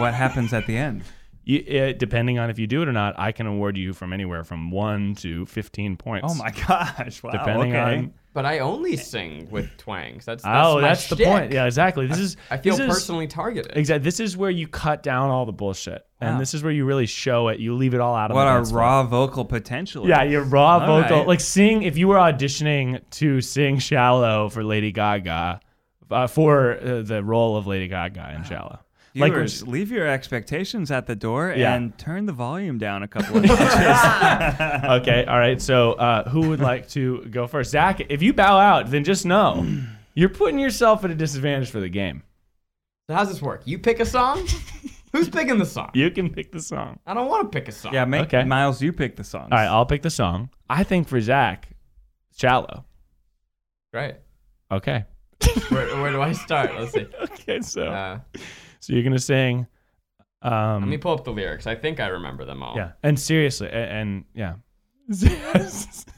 what happens at the end?
You, it, depending on if you do it or not, I can award you from anywhere from one to fifteen points.
Oh my gosh. Wow.
Depending
okay.
on
But I only sing with twangs. That's, that's
oh,
my
that's the
shtick.
point. Yeah, exactly. This is
I feel
this is-
personally targeted.
Exactly. This is where you cut down all the bullshit, and this is where you really show it. You leave it all out of
what
the
our
dance floor.
raw vocal potential.
Yeah, your raw
All
vocal.
right.
Like sing if you were auditioning to sing "Shallow" for Lady Gaga, uh, for uh, the role of Lady Gaga in "Shallow." Like
Viewers, leave your expectations at the door
Yeah.
and turn the volume down a <laughs> couple of notches.
okay, all right. So uh, who would like to go first? Zach, if you bow out, then just <clears throat> know you're putting yourself at a disadvantage for the game.
So how's this work? You pick a
<laughs>
song? Who's picking the song?
You can pick the song.
I don't want to pick a song.
yeah, make
Okay.
Miles, you pick the songs.
All right, I'll pick the song. I think for Zach, "Shallow."
Right.
Okay.
Where, where do I start? Let's see.
<laughs> Okay, so
Uh,
so you're gonna sing. Um,
let me pull up the lyrics. I think I remember them all.
yeah, and seriously, and, <laughs> and yeah.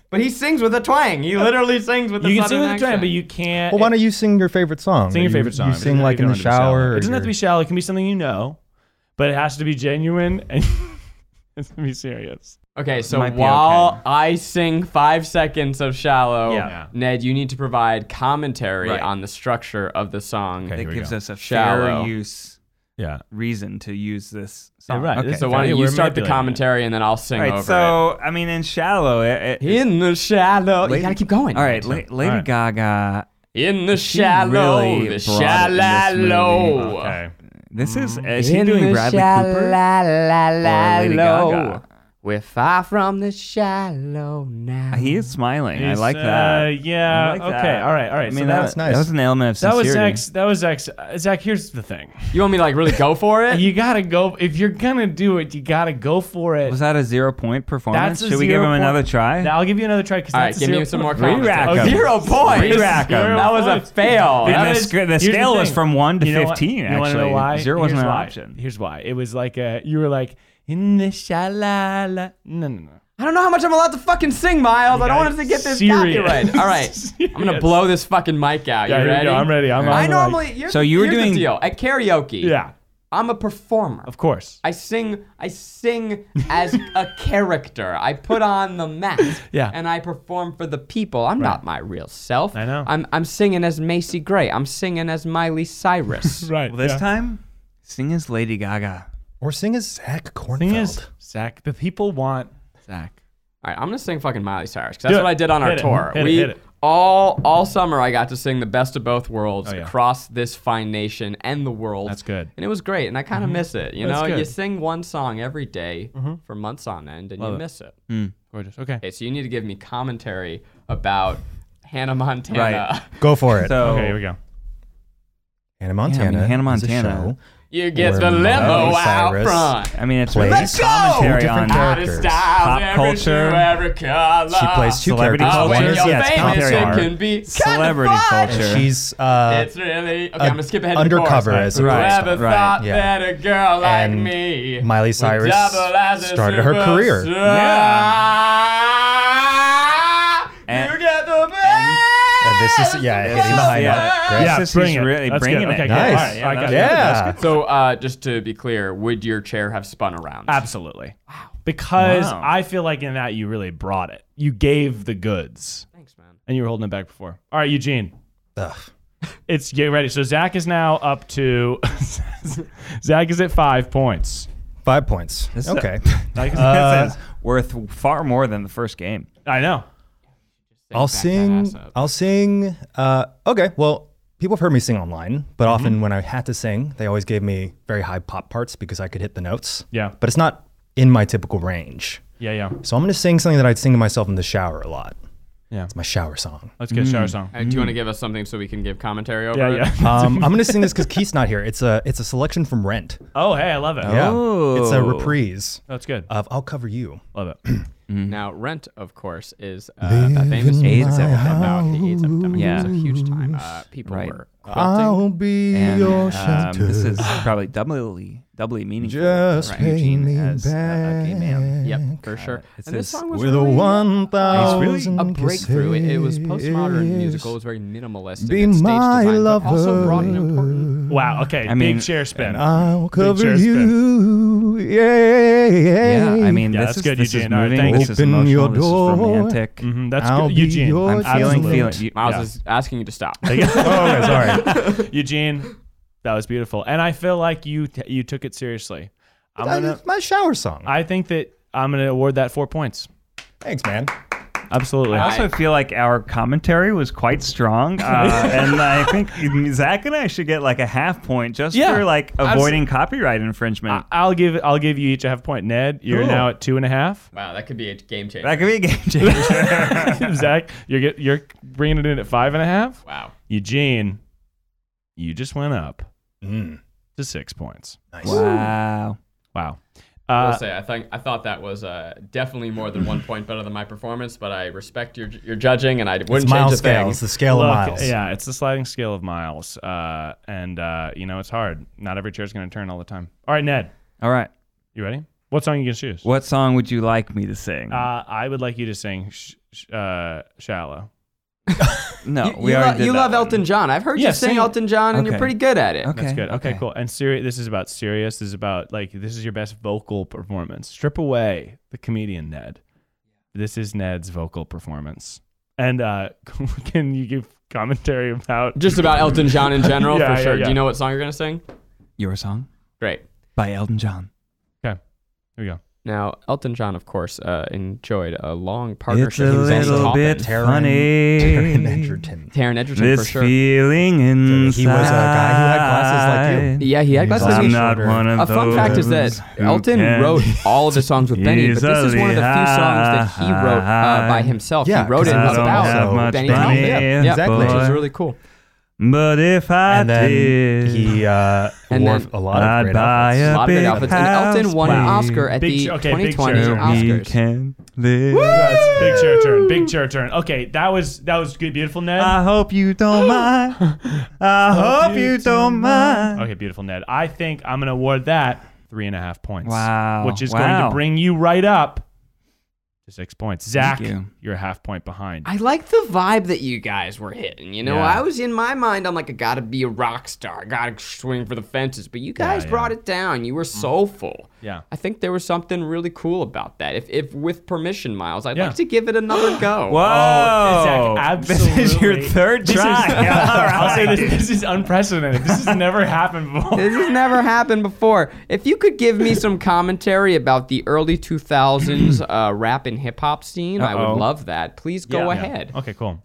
But he sings with a twang. He literally sings with a
You can
southern
sing with the twang,
accent.
but you can't.
well, why don't you sing your favorite song?
sing your
You-
favorite song?
You
It doesn't
sing like in
have
the
to be shallow.
shower.
It doesn't have
or
to be shallow. It can be something you know, but it has to be genuine and <laughs> it's to be serious.
Okay, so
Might be
while
okay.
I sing five seconds of Shallow,
Yeah. Yeah.
Ned, you need to provide commentary
Right.
on the structure of the song.
Okay.
That
Here we
gives
go.
us a
Shallow.
fair use
Yeah.
reason to use this
Yeah,
song.
right.
Okay.
This is
So why
Yeah,
don't you
we're
start the
manipulating it.
commentary and then I'll sing
all right.
over
So I mean, in shallow. It, it-
it. In the shallow. You gotta keep going.
All right, La- Lady
All right.
Gaga.
In the
She
shallow.
really brought
the
it in this movie.
shallow.
Okay.
This is is
Mm-hmm.
she doing Bradley Cooper?
shallow.
or Lady Gaga?
We're far from the shallow now.
He is smiling. I
He's,
like
uh,
that.
yeah,
I like
okay,
that.
all right, all right,
I
so
mean,
that
that,
was nice.
That was an element of
That
sincerity.
was Zach's. That was Zach's. Uh, Zach, here's the thing.
You want me to like really go for
<laughs>
it?
You gotta go if you're gonna do it. You gotta go for it.
Was that a zero point performance?
That's a
Should we give him
zero point-
another try?
Now, I'll give you another try. Cause
All right,
that's a
give me
zero
some more
point.
comments.
Rack 'em.
Oh, Zero points.
Re-rack 'em.
That was a
points.
fail.
And
That
the,
is-
sc- the
here's the
scale was
thing.
from one to
You know what?
fifteen.
You
actually,
wanna know why?
zero wasn't
Here's
an
why.
option.
Here's why. It was like a, you were like in the shalala. No, no, no.
I don't know how much I'm allowed to fucking sing, Miles. I don't
guys,
want us to get this
serious.
copyright.
<laughs>
All right, I'm gonna
Serious.
blow this fucking mic out.
Yeah,
you
here we
ready?
go. I'm ready. I'm.
I
I'm
normally.
Like,
here's-
So you were
here's the
doing-
deal at karaoke.
yeah,
I'm a performer.
of course.
I sing. I sing as
<laughs>
a character. I put on the mask.
Yeah.
And I perform for the people. I'm not my real self.
I know.
I'm I'm singing as Macy Gray. I'm singing as Miley Cyrus.
<laughs> Right.
Well, this
yeah.
time, sing as Lady Gaga.
Or sing as Zach Cornfeld.
thing is, Zach, the people want
Zach.
All right, I'm gonna sing fucking Miley Cyrus because that's
Do it.
what I did on our
Hit it.
tour.
Hit it,
we
hit it.
all all summer I got to sing the best of both worlds
yeah.
across this fine nation and the world.
That's good.
and it was great. And I kind of miss it. You
That's
know, you
good.
sing one song every day for months on end, and you miss it.
Hmm.
gorgeous. Okay.
Okay, so you need to give me commentary about Hannah Montana.
Right.
Go for it.
So
Okay. Here we go.
Hannah Montana.
Hannah
is a
Montana.
show.
<laughs> You get
Or
the limo
Miley
out
Cyrus.
front.
I mean, it's
Play.
really
Let's
go!
commentary
Different
on
characters.
Out of style,
Pop
every
culture.
shoe, every color.
She plays two
Celebrity
characters.
Oh,
culture.
One
when
is
you're
yeah, it's
famous,
commentary
it
art.
can be
Celebrity
kind of fun.
culture.
and she's uh,
It's really okay. I'm gonna skip ahead. to the
undercover
chorus.
as a
Right.
pop
Whoever
star.
Right,
thought
yeah.
that a girl like
And
me,
Miley Cyrus started her career.
Yeah.
And-
you get the
and this is yeah, hitting the high note. Great.
Yeah,
This is
bring it.
really
That's
bringing
good.
it.
Okay,
Nice.
All right, all right,
Yeah,
guys.
that's
That's
Yeah.
good.
So, uh, just to be clear, would your chair have spun around?
Absolutely. Wow. Because
Wow.
I feel like in that you really brought it. You gave the goods,
Thanks, man.
and you were holding it back before. All right, Eugene.
Ugh.
It's get ready. So Zach is now up to. <laughs> Zach is at five points.
Five points.
This is a-
okay. Uh,
Like I said, worth far more than the first game.
I know.
I'll
Back that
sing.
ass up.
I'll sing. Uh, okay. Well, people have heard me sing online, but often when I had to sing, they always gave me very high pop parts because I could hit the notes.
Yeah.
But it's not in my typical range.
Yeah, yeah.
So I'm going to sing something that I'd sing to myself in the shower a lot.
Yeah.
It's my shower song.
Let's get a shower
Mm.
song.
Uh, Do you want to give us something so we can give commentary over
Yeah,
it?
yeah.
<laughs> Um, I'm going to sing this because Keith's not here. It's a it's a selection from Rent.
Oh, hey, I love it.
Yeah. It's a
Oh.
reprise
That's good.
of "I'll Cover You." <clears throat>
love it.
Mm-hmm.
Now, Rent, of course, is uh, that famous AIDS epidemic. The AIDS epidemic
Yeah.
was a huge time. Uh, people
Right.
were
I'll
quilting.
be
And
your
um,
shelter.
this is probably doubly doubly meaningful.
Just
for
pay
Eugene
me
as a- a gay man.
back.
Yep, for sure.
It
and this
says,
song was
With a
really uh,
one thousand
a breakthrough. It, it was postmodern musical. It was very minimalistic.
Be
in its stage
my
design, but also brought an important.
lover.
Wow. Okay.
I mean,
big chair spin.
I'll cover
chair
you. Yeah.
Yeah, I mean,
Yeah,
this
that's
is
good,
This is
Eugene. All right,
moving. Mm-hmm. this
thank
you.
is
Open
emotional.
your
this is
door.
romantic.
Mhm, that's
I'll
good.
be
Eugene.
your
I'm
Absolute.
feeling feeling. You,
Miles
Yeah.
is asking you
<laughs>
to stop.
<laughs> oh, okay, sorry.
<laughs> Eugene, that was beautiful, and I feel like you t- you took it seriously. I'm gonna.
That's my shower song.
I think that I'm gonna award that four points.
Thanks, man.
Absolutely.
I also feel like our commentary was quite strong,
<laughs>
uh, and I think Zach and I should get like a half point just
Yeah,
for like
abs-
avoiding copyright infringement.
I- I'll give I'll give you each a half point. Ned, you're
Cool.
now at two and
<laughs>
a half. <laughs>
Wow, that could be a game changer.
that could be a <laughs> game changer.
Zach, you're get, you're bringing it in at five and a half.
wow.
Eugene, you just went up
Mm,
to six points.
nice.
wow.
Wow.
I
Uh,
will say, I think I thought that was uh, definitely more than one point better than my performance, but I respect your your judging, and I wouldn't
It's
change
mile
a thing.
scales, the scale
look,
of miles.
Yeah, it's the sliding scale of miles, uh, and uh, you know it's hard. Not every chair's going to turn all the time. All right, Ned,
All right.
you ready? What song are you going to choose?
What song would you like me to sing?
Uh, I would like you to sing sh- sh- uh, "Shallow."
no,
You,
we
you,
already
lo-
did
you
that
love
one.
Elton John. I've heard
Yeah,
you sing
sing-
Elton John, and you're
Okay.
pretty good at it.
Okay.
That's good. Okay, cool. And serious. This is about serious. This is about like this is your best vocal performance. Strip away the comedian Ned. This is Ned's vocal performance. And uh, <laughs> can you give commentary about?
Just about Elton John in general,
Yeah,
for
yeah,
sure.
yeah.
Do you know what song you're gonna sing?
Your song?
Great.
by Elton John.
Okay. Here we go.
Now, Elton John, of course, uh, enjoyed a long
It's
partnership.
a
He was on
little
Top
bit
End.
funny.
Taron Edgerton.
Taryn Edgerton
This
for sure.
feeling inside.
He was a guy who had glasses like you.
yeah, he had
He's
glasses.
I'm
He's
not
shorter.
one of
a
those.
fun fact is that
who
Elton
can- <laughs>
wrote all of his songs with Benny, but this is one of the few songs that he wrote uh, by himself.
Yeah,
he wrote it
'cause I
about
don't have
about
much
Benny.
money,
Hill. yeah, yeah,
exactly.
which is really cool.
But if I
And then
did,
he uh,
And
wore
then-
a lot of
I'd
great
buy A
outfits.
A lot of good
big
outfits. And
house
Elton won an
party.
Oscar at
Big
the
ch- okay, big
2020
chair.
we
Oscars.
can live.
That's <laughs> big chair turn. Big chair turn. Okay, that was that was good. Beautiful Ned.
I hope you
<gasps>
don't mind. I hope you don't mind.
Okay, beautiful Ned. I think I'm gonna award that three and a half points.
Wow.
Which is going
Wow.
to bring you right up to six points. Zach,
you.
you. are a half point behind.
I like the vibe that you guys were hitting. You know,
Yeah.
I was in my mind, I'm like, I gotta be a rock star, I gotta swing for the fences. But you guys
yeah. Mm.
brought it down. You were soulful.
Yeah.
I think there was something really cool about that. If, if with permission, Miles, I'd
Yeah.
like to give it
<gasps>
another go.
Whoa.
Oh, Zach, <laughs> absolutely.
<laughs> This is your third <laughs>
This is- <laughs>
try.
I'll say
<laughs>
this. This is unprecedented. This has never happened
<laughs>
before.
This has never happened before. If you could give me some commentary about the early
<clears throat>
2000s uh, rap and hip hop scene, I
Uh-oh.
would love that. Please go
Yeah.
ahead.
Okay, cool.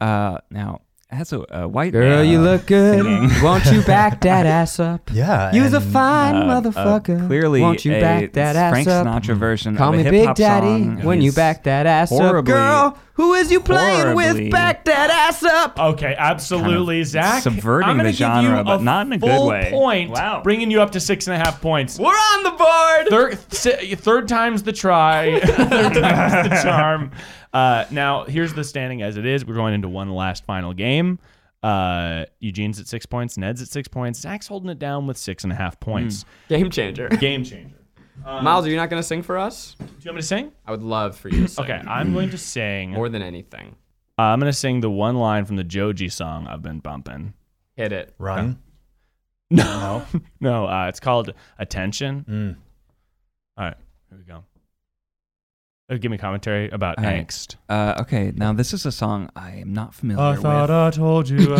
Uh, now, as a uh, white
Girl,
man,
you look good.
singing.
<laughs> Won't you back <laughs> that ass up?
Yeah.
You're the
and-
fine
uh, uh,
motherfucker.
clearly,
won't you
a
back that ass
Frank
up?
Mm-hmm.
Sinatra version
Call
of
me
a
Big
hip-hop
Daddy
song
when you
is-
back that ass up.
horribly-
Girl, who is you playing
horribly-
with? Back that ass up.
Okay, absolutely,
Kind of
Zach.
subverting
I'm gonna
the
give you
genre, but
a
not in a good
full
way.
Point,
Wow.
bringing you up to six and a half points.
We're on the board.
Third, si- third time's the try, third time's the charm. Uh, now, here's the standing as it is. We're going into one last final game. Uh, Eugene's at six points, Ned's at six points, Zach's holding it down with six and a half points.
Hmm. Game changer.
Game changer. Um,
Miles, are you not going to sing for us?
Do you want me to sing?
I would love for
<clears throat>
you to sing.
Okay, I'm going to sing.
More than anything.
I'm going to sing the one line from the Joji song I've been bumping.
Hit it.
Run.
No, <laughs> no, uh, it's called Attention.
Mm.
All right, here we go. Uh, give me commentary about
All right.
angst.
Uh, okay, now this is a song I am not familiar
I thought
with.
I <laughs> told you.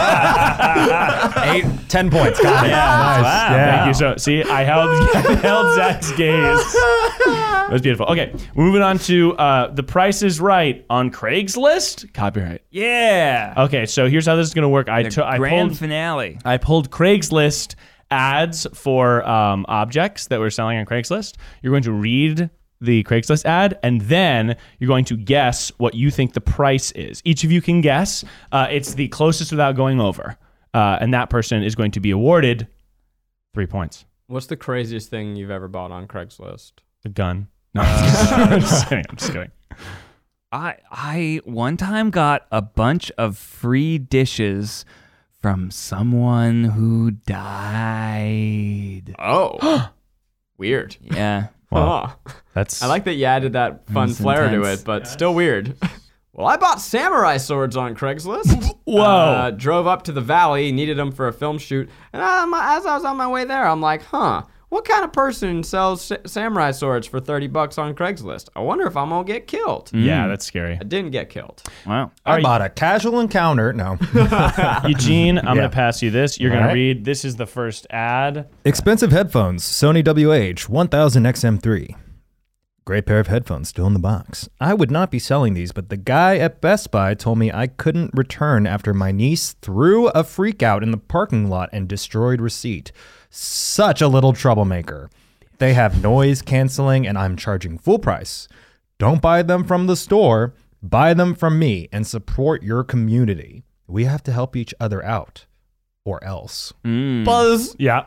I-
Eight, ten points. Got it. <laughs> Nice.
Wow.
Thank you so. See, I held <laughs> I held Zach's gaze. That was beautiful. Okay, moving on to uh, the Price is Right on Craigslist. Copyright.
Yeah.
Okay, so here's how this is gonna work. Oh, I took I
grand
pulled
finale.
I pulled Craigslist ads for um, objects that were selling on Craigslist. You're going to read the Craigslist ad, and then you're going to guess what you think the price is. Each of you can guess. Uh, it's the closest without going over, uh, and that person is going to be awarded three points.
What's the craziest thing you've ever bought on Craigslist?
A gun. No,
<laughs>
I'm just kidding. I'm just kidding.
I I one time got a bunch of free dishes from someone who
<laughs>
died.
<gasps> Oh. Weird.
Yeah.
Wow.
That's
I like that you added that fun
That's
flair to
intense.
it, but still weird. <laughs> Well, I bought samurai swords on Craigslist.
<laughs>
Whoa.
Uh, drove up to the valley, needed them for a film shoot, and I, my- as I was on my way there, I'm like, huh, what kind of person sells sa- samurai swords for 30 bucks on Craigslist? I wonder if I'm gonna get killed.
Mm.
yeah, that's
<laughs>
scary.
I didn't get killed.
Wow.
I bought a casual encounter. No.
Eugene, I'm
Yeah.
gonna pass you this. You're
All
gonna
right.
read. This is the first ad.
Expensive headphones, Sony WH-1000XM3. Great pair of headphones still in the box. I would not be selling these, but the guy at Best Buy told me I couldn't return after my niece threw a freak out in the parking lot and destroyed receipt. Such a little troublemaker. They have noise canceling and I'm charging full price. Don't buy them from the store, buy them from me and support your community. We have to help each other out or else.
Hmm. Mm.
Buzz.
Yeah.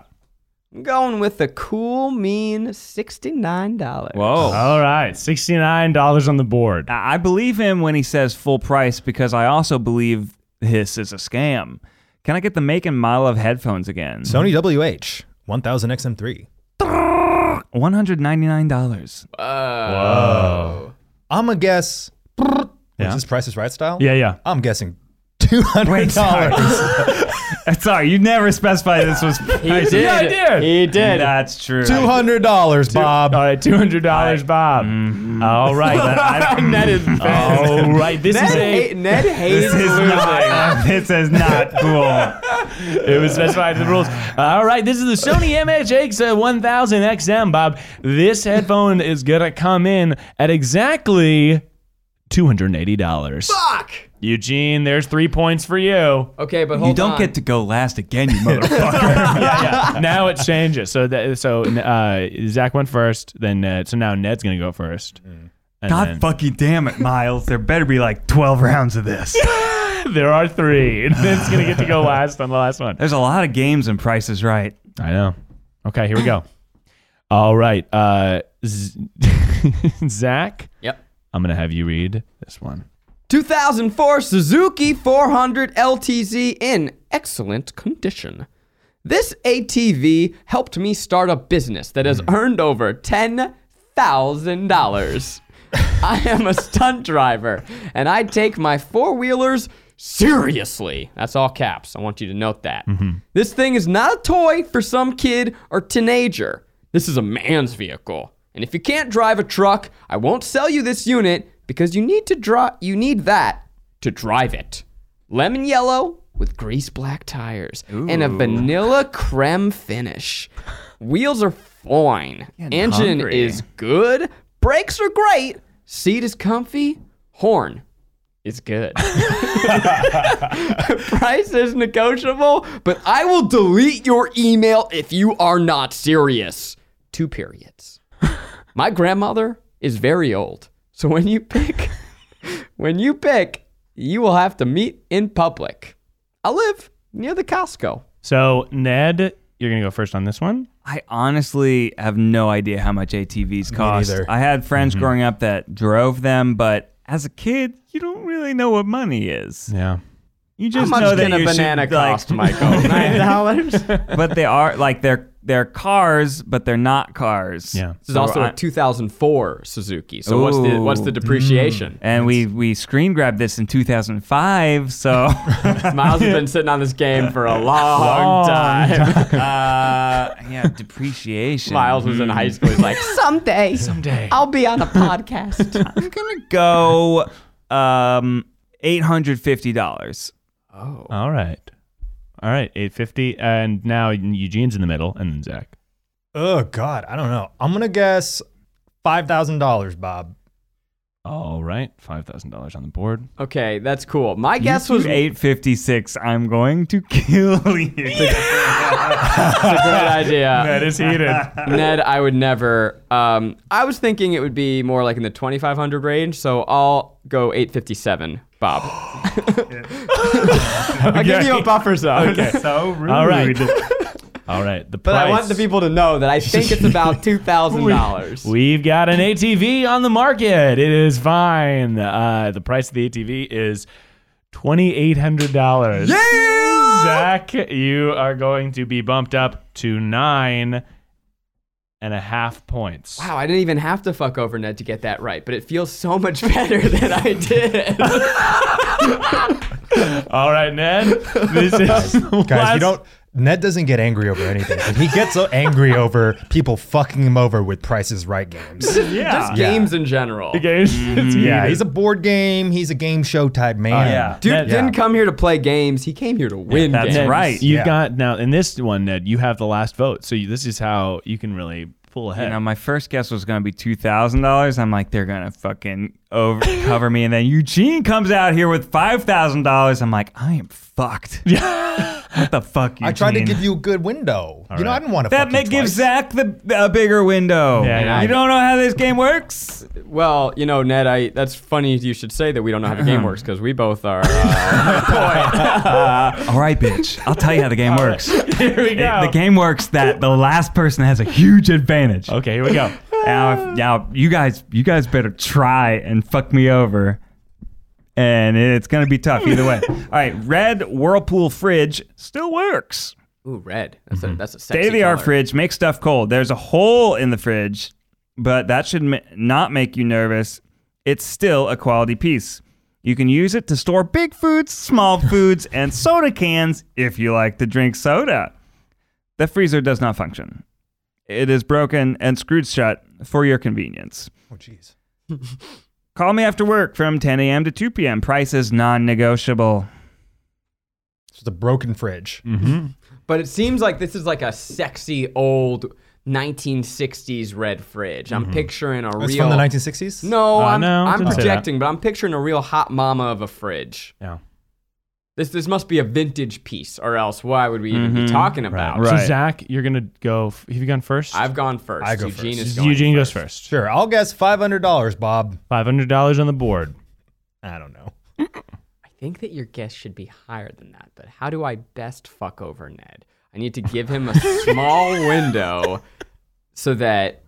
I'm going with the cool, mean $69.
Whoa.
All right, sixty-nine dollars on the board.
I I believe him when he says full price because I also believe this is a scam. Can I get the make and model of headphones again?
Sony WH 1000XM3.
one hundred ninety nine dollars.
I'm going to guess,
Yeah.
is this Price is Right style?
Yeah, yeah.
I'm guessing $200.
<laughs>
<laughs>
Sorry, you never specified this was.
He did.
I did.
He did.
That's true.
$200, Bob.
All right, two uh, hundred dollars, Bob.
Mm-hmm.
All right, <laughs> Mm-hmm.
Ned is
all right. This
Ned,
is a
hate, Ned
<laughs>
hates
This is
losing. <laughs>
not. this is not cool.
It was specified in the rules. All right, this is the Sony MHX 1000 XM, Bob. This headphone is going to come in at exactly $280. Fuck! Eugene, there's three points for you. <laughs>
Okay, but hold on.
you don't get to go last again, you motherfucker.
yeah, yeah. Now it changes. So that, so uh, Zach went first. Then uh, so now Ned's gonna go first. And
God fucking damn it, Miles. There better be like 12 rounds of this.
then, there are three. And <laughs> Ned's gonna get to go last on the last one.
There's a lot of games and prices right.
I know. Okay, here we go. <clears throat> All right, uh, Z- <laughs> Zach.
Yep.
I'm gonna have you read this one.
2004 Suzuki 400 LTZ in excellent condition. This ATV helped me start a business that has earned over $10,000. I am a stunt driver and I take my four wheelers seriously. That's all caps. I want you to note that. This thing is not a toy for some kid or teenager. This is a man's vehicle. And if you can't drive a truck, I won't sell you this unit because you need to draw you need that to drive it. Lemon yellow with grease black tires and a vanilla creme finish. Wheels are fine. Engine
hungry.
is good. Brakes are great. Seat is comfy. Horn is good. Price is negotiable, but I will delete your email if you are not serious. Two periods. My grandmother is very old. So when you pick, <laughs> when you pick, you will have to meet in public. I live near the Costco.
So Ned, you're gonna go first on this one.
I honestly have no idea how much ATVs cost.
neither. Mm-hmm.
I had friends growing up that drove them, but as a kid, you don't really know what money is.
Yeah.
You
How
just
much
know that
can a
you
banana
should, like- <laughs>
cost, Michael? Nine dollars. This
but they are like they're they're cars, but they're not cars.
Yeah.
is also
I-
a 2004 Suzuki. So what's the what's the
Ooh.
depreciation?
And we we screen grabbed this in 2005,
<laughs>
so <laughs>
Miles has been sitting on this game
<laughs>
for a long,
Long
time.
uh, yeah, depreciation.
<laughs>
Hmm.
Miles was in high school. He's like, someday,
Someday.
I'll be on a <laughs> podcast.
I'm gonna go um eight hundred fifty dollars.
"Oh,
All right. All right. Eight fifty, and now Eugene's in the middle, and then Zach.
Oh God, I don't know. I'm gonna guess five thousand dollars, Bob.
All right. Five thousand dollars on the board.
okay, that's cool. My guess was a
eight fifty six. I'm going to kill <laughs> you.
<laughs> great
<laughs>
idea.
That
<laughs>
is heated.
Ned, I would never. Um, I was thinking it would be more like in the 2500 range, so I'll go 857, Bob.
<gasps>
I'll give you a
<laughs>
buffer zone.
so rude.
All right. <laughs> All right.
<laughs>
The
But
price.
I want the people to know that I think it's
<laughs>
about $2,000.
We've got an ATV on the market. It is fine. Uh, the price of the ATV is twenty eight hundred dollars. Zach, you are going to be bumped up to nine and a half points.
Wow, I didn't even have to fuck over Ned to get that right, but it feels so much <laughs> better than I
<laughs>
did.
All right, Ned. This is the
<laughs> Guys,
last-
you don't. Ned doesn't get angry over anything. but he gets <laughs> so angry over people fucking him over with prices right games.
<laughs> Yeah.
Yeah.
Games in general.
Okay, it's- it's
Mm-hmm. Yeah,
heated.
he's a board game. He's a game show type
Oh,
man.
yeah.
Dude
Ned-
didn't
Yeah.
<laughs> come here to play games. He came here to win
that's
games.
Ned,
right.
You've
Yeah.
got now in this one, Ned. You have the last vote, so you, this is how you can really pull ahead.
You know, my first guess was gonna be two thousand dollars. I'm like, they're gonna fucking over cover me, and then Eugene comes out here with five thousand dollars. I'm like, I am <laughs> fucked. what the fuck? Eugene?
I tried to give you a good window. you know, I didn't want to.
that. May give Zach the a bigger window.
Yeah, yeah.
You don't know how this game works.
Well, you know, Ned, I that's funny you should say that we don't know how the game works because we both are. Uh,
All right, bitch. I'll tell you how the <laughs> game works.
<laughs> here we go.
the game works that the last person has a huge advantage.
Okay, here we go.
Now, if, now you guys, you guys better try and fuck me over, and it's gonna be tough either
<laughs>
way. All right, red whirlpool fridge still works.
Ooh, red. That's a that's a sexy
Day of the art
color.
fridge makes stuff cold. There's a hole in the fridge, but that should ma- not make you nervous. It's still a quality piece. You can use it to store big foods,
<laughs>
small foods, and soda cans if you like to drink soda. The freezer does not function. It is broken and screwed shut for your convenience.
Oh jeez.
Call me after work from 10 a.m. to 2 p.m. Price is non negotiable.
It's a broken fridge.
Mm-hmm. But it seems like this is like a sexy old 1960s red fridge. I'm picturing a
It's
real
from the 1960s.
No,
Uh,
I'm,
no,
I'm
didn't say that.
projecting, but I'm picturing a real hot mama of a fridge.
Yeah.
This this must be a vintage piece, or else why would we even be talking about?
So
Right.
Zach, you're gonna go. f- Have you gone first?
I've gone first.
I go
Eugene
first.
is going.
Eugene goes first.
Sure, I'll guess five hundred dollars, Bob.
Five hundred dollars on the board.
I don't know.
I think that your guess should be higher than that, but how do I best fuck over Ned? I need to give
<laughs>
him a small window so that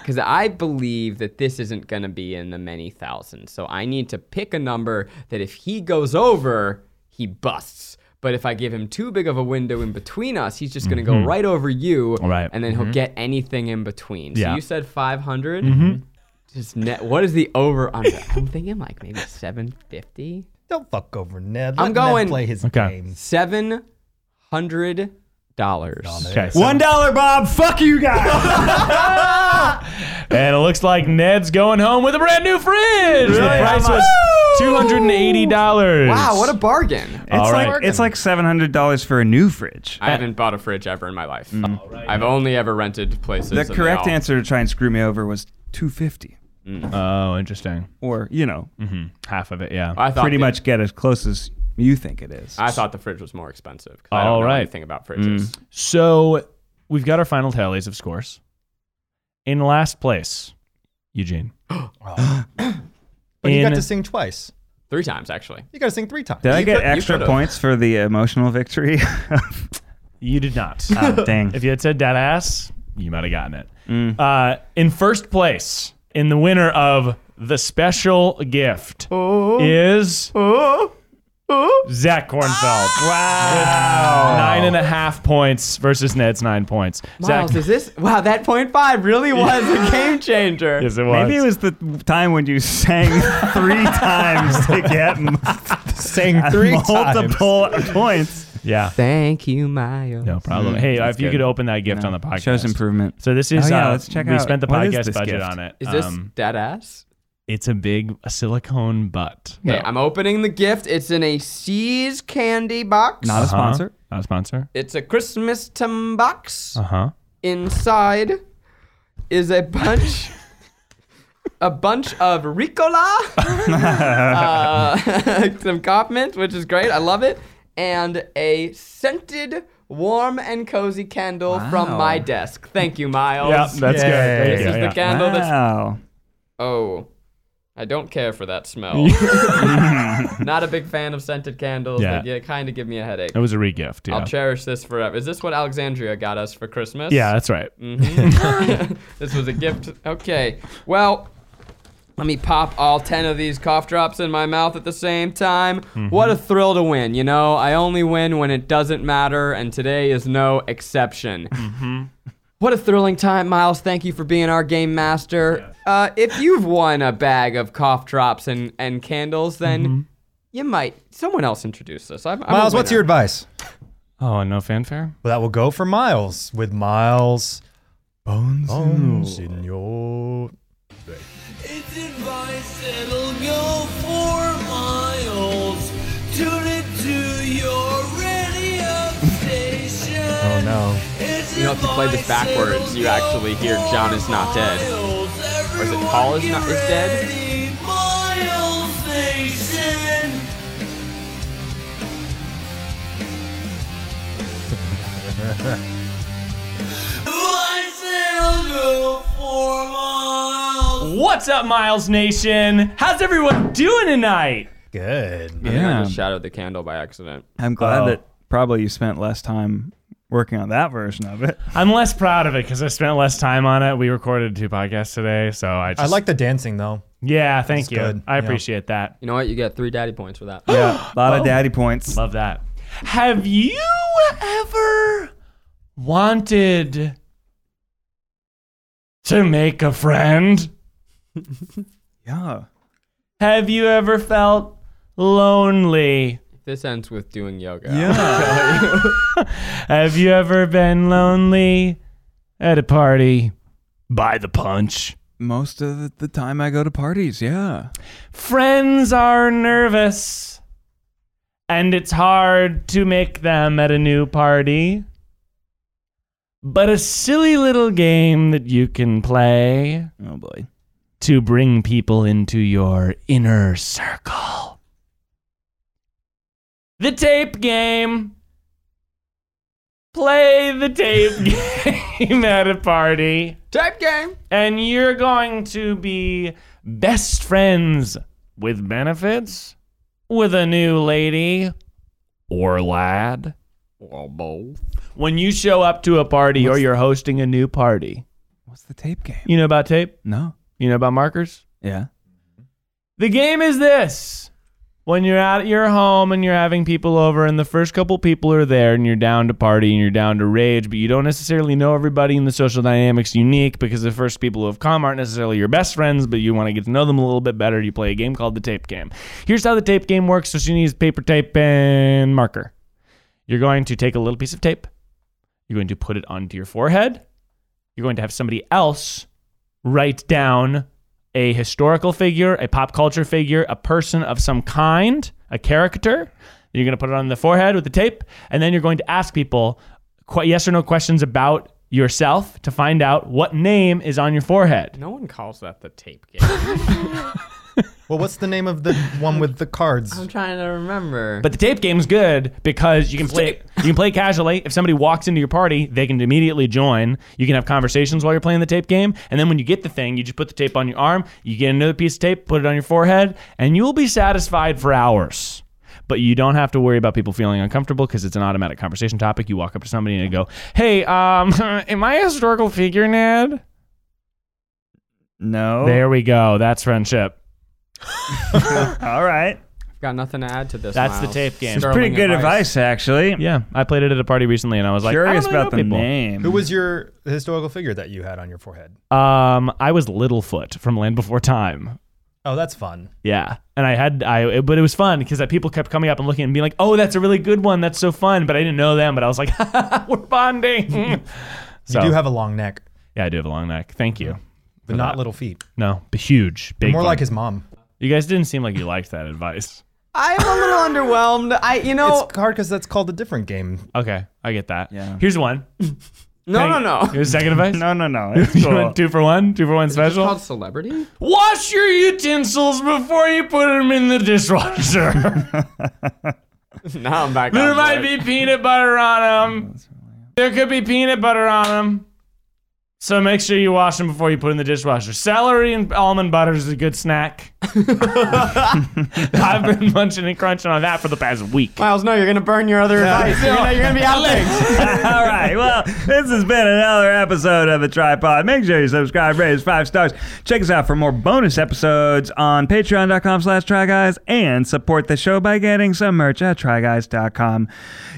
because I believe that this isn't going to be in the many thousands. So I need to pick a number that if he goes over, he busts. But if I give him too big of a window in between us, he's just going to go right over you,
Mm-hmm. Right. Mm-hmm.
and then he'll get anything in between.
Yeah. Mm-hmm.
So you said 500. Just net. What is the over under? I'm thinking like maybe 750.
Don't fuck over Ned. Let
I'm going-
Ned play his
Okay.
game.
Seven hundred dollars.
Okay.
One dollar, Bob. Fuck you guys.
And it looks like Ned's going home with a brand new fridge. The
Really?
price
How
was two hundred and eighty dollars.
Wow, what a bargain!
It's
All
like
right.
it's like seven hundred dollars for a new fridge.
Oh, I haven't bought a fridge ever in my life. I've only ever rented places.
Mm. The
and they
correct
all-
answer to try and screw me over was two fifty,
Oh, interesting. Mm-hmm.
or you know,
Half of it, yeah.
I Mm-hmm. thought
pretty
the-
much get as close as you think it is.
I thought the fridge was more expensive. 'cause I
All
don't know
right.
Anything about fridges?
Mm.
So we've got our final tallies of scores. In last place, Eugene.
But you
In-
got to sing twice.
Three times actually.
You got to sing three times.
Did I get
could- you
extra
could've.
points for the emotional victory? <laughs>
You did not.
<laughs>
oh, dang.
if you had said dead ass, you might have gotten it.
Mm.
Uh, in first place, in the winner of the special gift
Oh.
is Zach Kornfeld.
Ah.
Wow. Nine and a half points versus Ned's nine points.
Miles,
Zach,
is this? Wow, that point five really was a <laughs> game changer.
yes, it was.
Maybe it was the time when you sang three times to get m-
<laughs>
Sing three times.
multiple points.
Yeah.
Thank you, Miles.
No problem.
Mm.
hey, if you could open that gift on the podcast.
Shows improvement.
So this is
Oh, yeah,
uh,
let's check
we
out-
spent the
what is
podcast
this
budget
gift?
on it.
Is this
Um,
dead ass?
it's a big a silicone butt.
Okay, I'm opening the gift. It's in a C's candy box.
Not a sponsor.
Not a sponsor.
It's a Christmas tum box.
Uh-huh.
inside is a bunch a bunch of ricola uh, <laughs> some compliment which is great i love it and a scented warm and cozy candle from my desk thank you miles
Yeah, that's
Yay.
good. Thank
This
this
you.
is
Yeah.
the candle that's
Wow.
oh i don't care for that smell <laughs> not a big fan of scented candles
Yeah.
but yeah kind of give me a headache
It was a regift. Yeah.
i'll cherish this forever is this what alexandria got us for christmas
yeah, that's right.
this was a gift. Okay. Well, let me pop all 10 of these cough drops in my mouth at the same time. What a thrill to win, you know? I only win when it doesn't matter, and today is no exception. What a thrilling time, Miles. Thank you for being our game master. Uh, if you've won a bag of cough drops and, and candles, then you might. Someone else introduce us. I'm, I'm a
Miles, what's
winner.
your advice?
Oh, and no fanfare?
Well, that will go for Miles with Miles Bones,
Oh.
Oh, in your. Oh no!
You know, if you play this backwards, you actually hear John is not dead. Or is it Paul is not is dead?
What's up, Miles Nation? How's everyone doing tonight?
Good.
I
Yeah.
just shadowed the candle by accident.
I'm glad
Oh.
that probably you spent less time working on that version of it.
I'm less proud of it because I spent less time on it. We recorded two podcasts today, so I just
I like the dancing though.
Yeah, thank you.
good.
I
Yeah.
appreciate that.
You know what? You get three daddy points for that.
Yeah. A lot
<gasps> Oh.
of daddy points.
Love that. Have you ever wanted to make a friend?
Yeah.
Have you ever felt lonely?
This ends with doing yoga.
Have you ever been lonely at a party by the punch?
Most of the- the time I go to parties. Yeah.
Friends are nervous and it's hard to make them at a new party. But a silly little game that you can play
Oh boy.
to bring people into your inner circle. The tape game. Play the tape <laughs> game at a party
Type game.
and you're going to be best friends with benefits with a new lady or lad
Or both.
when you show up to a party or you're hosting a new party.
What's the tape game?
You know about tape?
No.
You know about markers?
Yeah.
The game is this. When you're out at your home and you're having people over, and the first couple people are there, and you're down to party and you're down to rage, but you don't necessarily know everybody, and the social dynamic's unique because the first people who have come aren't necessarily your best friends, but you want to get to know them a little bit better. You play a game called the tape game. Here's how the tape game works so she needs paper, tape, and marker. You're going to take a little piece of tape, you're going to put it onto your forehead, you're going to have somebody else write down a historical figure, a pop culture figure, a person of some kind, a character. You're going to put it on the forehead with the tape, and then you're going to ask people qu- yes or no questions about yourself to find out what name is on your forehead.
No one calls that the tape <laughs> game.
Well, what's the name of
<laughs>
the one with the cards?
I'm trying to remember.
But the tape game's good because you can play you can play casually. If somebody walks into your party, they can immediately join. You can have conversations while you're playing the tape game, and then when you get the thing, you just put the tape on your arm, you get another piece of tape, put it on your forehead, and you will be satisfied for hours. But you don't have to worry about people feeling uncomfortable because it's an automatic conversation topic. You walk up to somebody and you go, "Hey, um, <laughs> am I a historical figure, Ned?"
No.
There we go. That's friendship.
All right.
Got nothing to add to this.
That's the
Miles.
tape game. It's
Sterling
Pretty good advice, actually.
Yeah, I played it at a party recently, and I was like,
Curious
I don't
about
really know
the
people.
name.
Who was your historical figure that you had on your forehead?
Um, I was Littlefoot from Land Before Time.
Oh, that's fun.
Yeah, and I had I, it- but it was fun because people kept coming up and looking and being like, "Oh, that's a really good one. That's so fun." But I didn't know them, but I was like, <laughs> "We're bonding." so
You do have a long neck,
yeah, I do have a long neck. Thank you.
but not little feet.
No, but huge, big.
More
one.
like his mom.
you guys didn't seem like you liked that advice.
I'm a little underwhelmed. I, you know,
It's hard because that's called a different game.
Okay, I get that.
Yeah.
Here's one.
no, no, no.
Here's second advice.
No, no, no. <laughs> It's
<laughs> You
cool.
want two for one, two for one
It's
special.
called celebrity.
Wash your utensils before you put them in the dishwasher.
now I'm back.
There
on
might
board.
be peanut butter on them. There could be peanut butter on them. So make sure you wash them before you put in the dishwasher. Celery and almond butter is a good snack. <laughs> I've been munching and crunching on that for the past week.
Miles, no, you're gonna burn your other advice. You're gonna, you're gonna be out of <laughs> things.
All right. Well, this has been another episode of The Tripod. Make sure you subscribe, rate us five stars. Check us out for more bonus episodes on patreon.com slash tryguys and support the show by getting some merch at tryguys.com.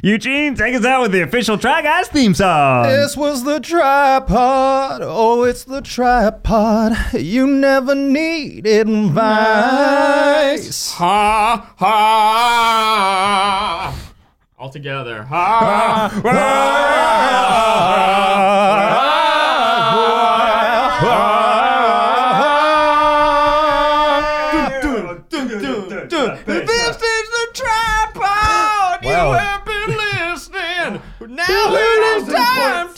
Eugene, take us out with the official Try Guys theme song.
This was the tripod. Oh, it's the tripod. You never needed advice.
ha ha. All <laughs> together. Ha. This is the tripod.
<laughs> Wow.
You have been listening. Now it is time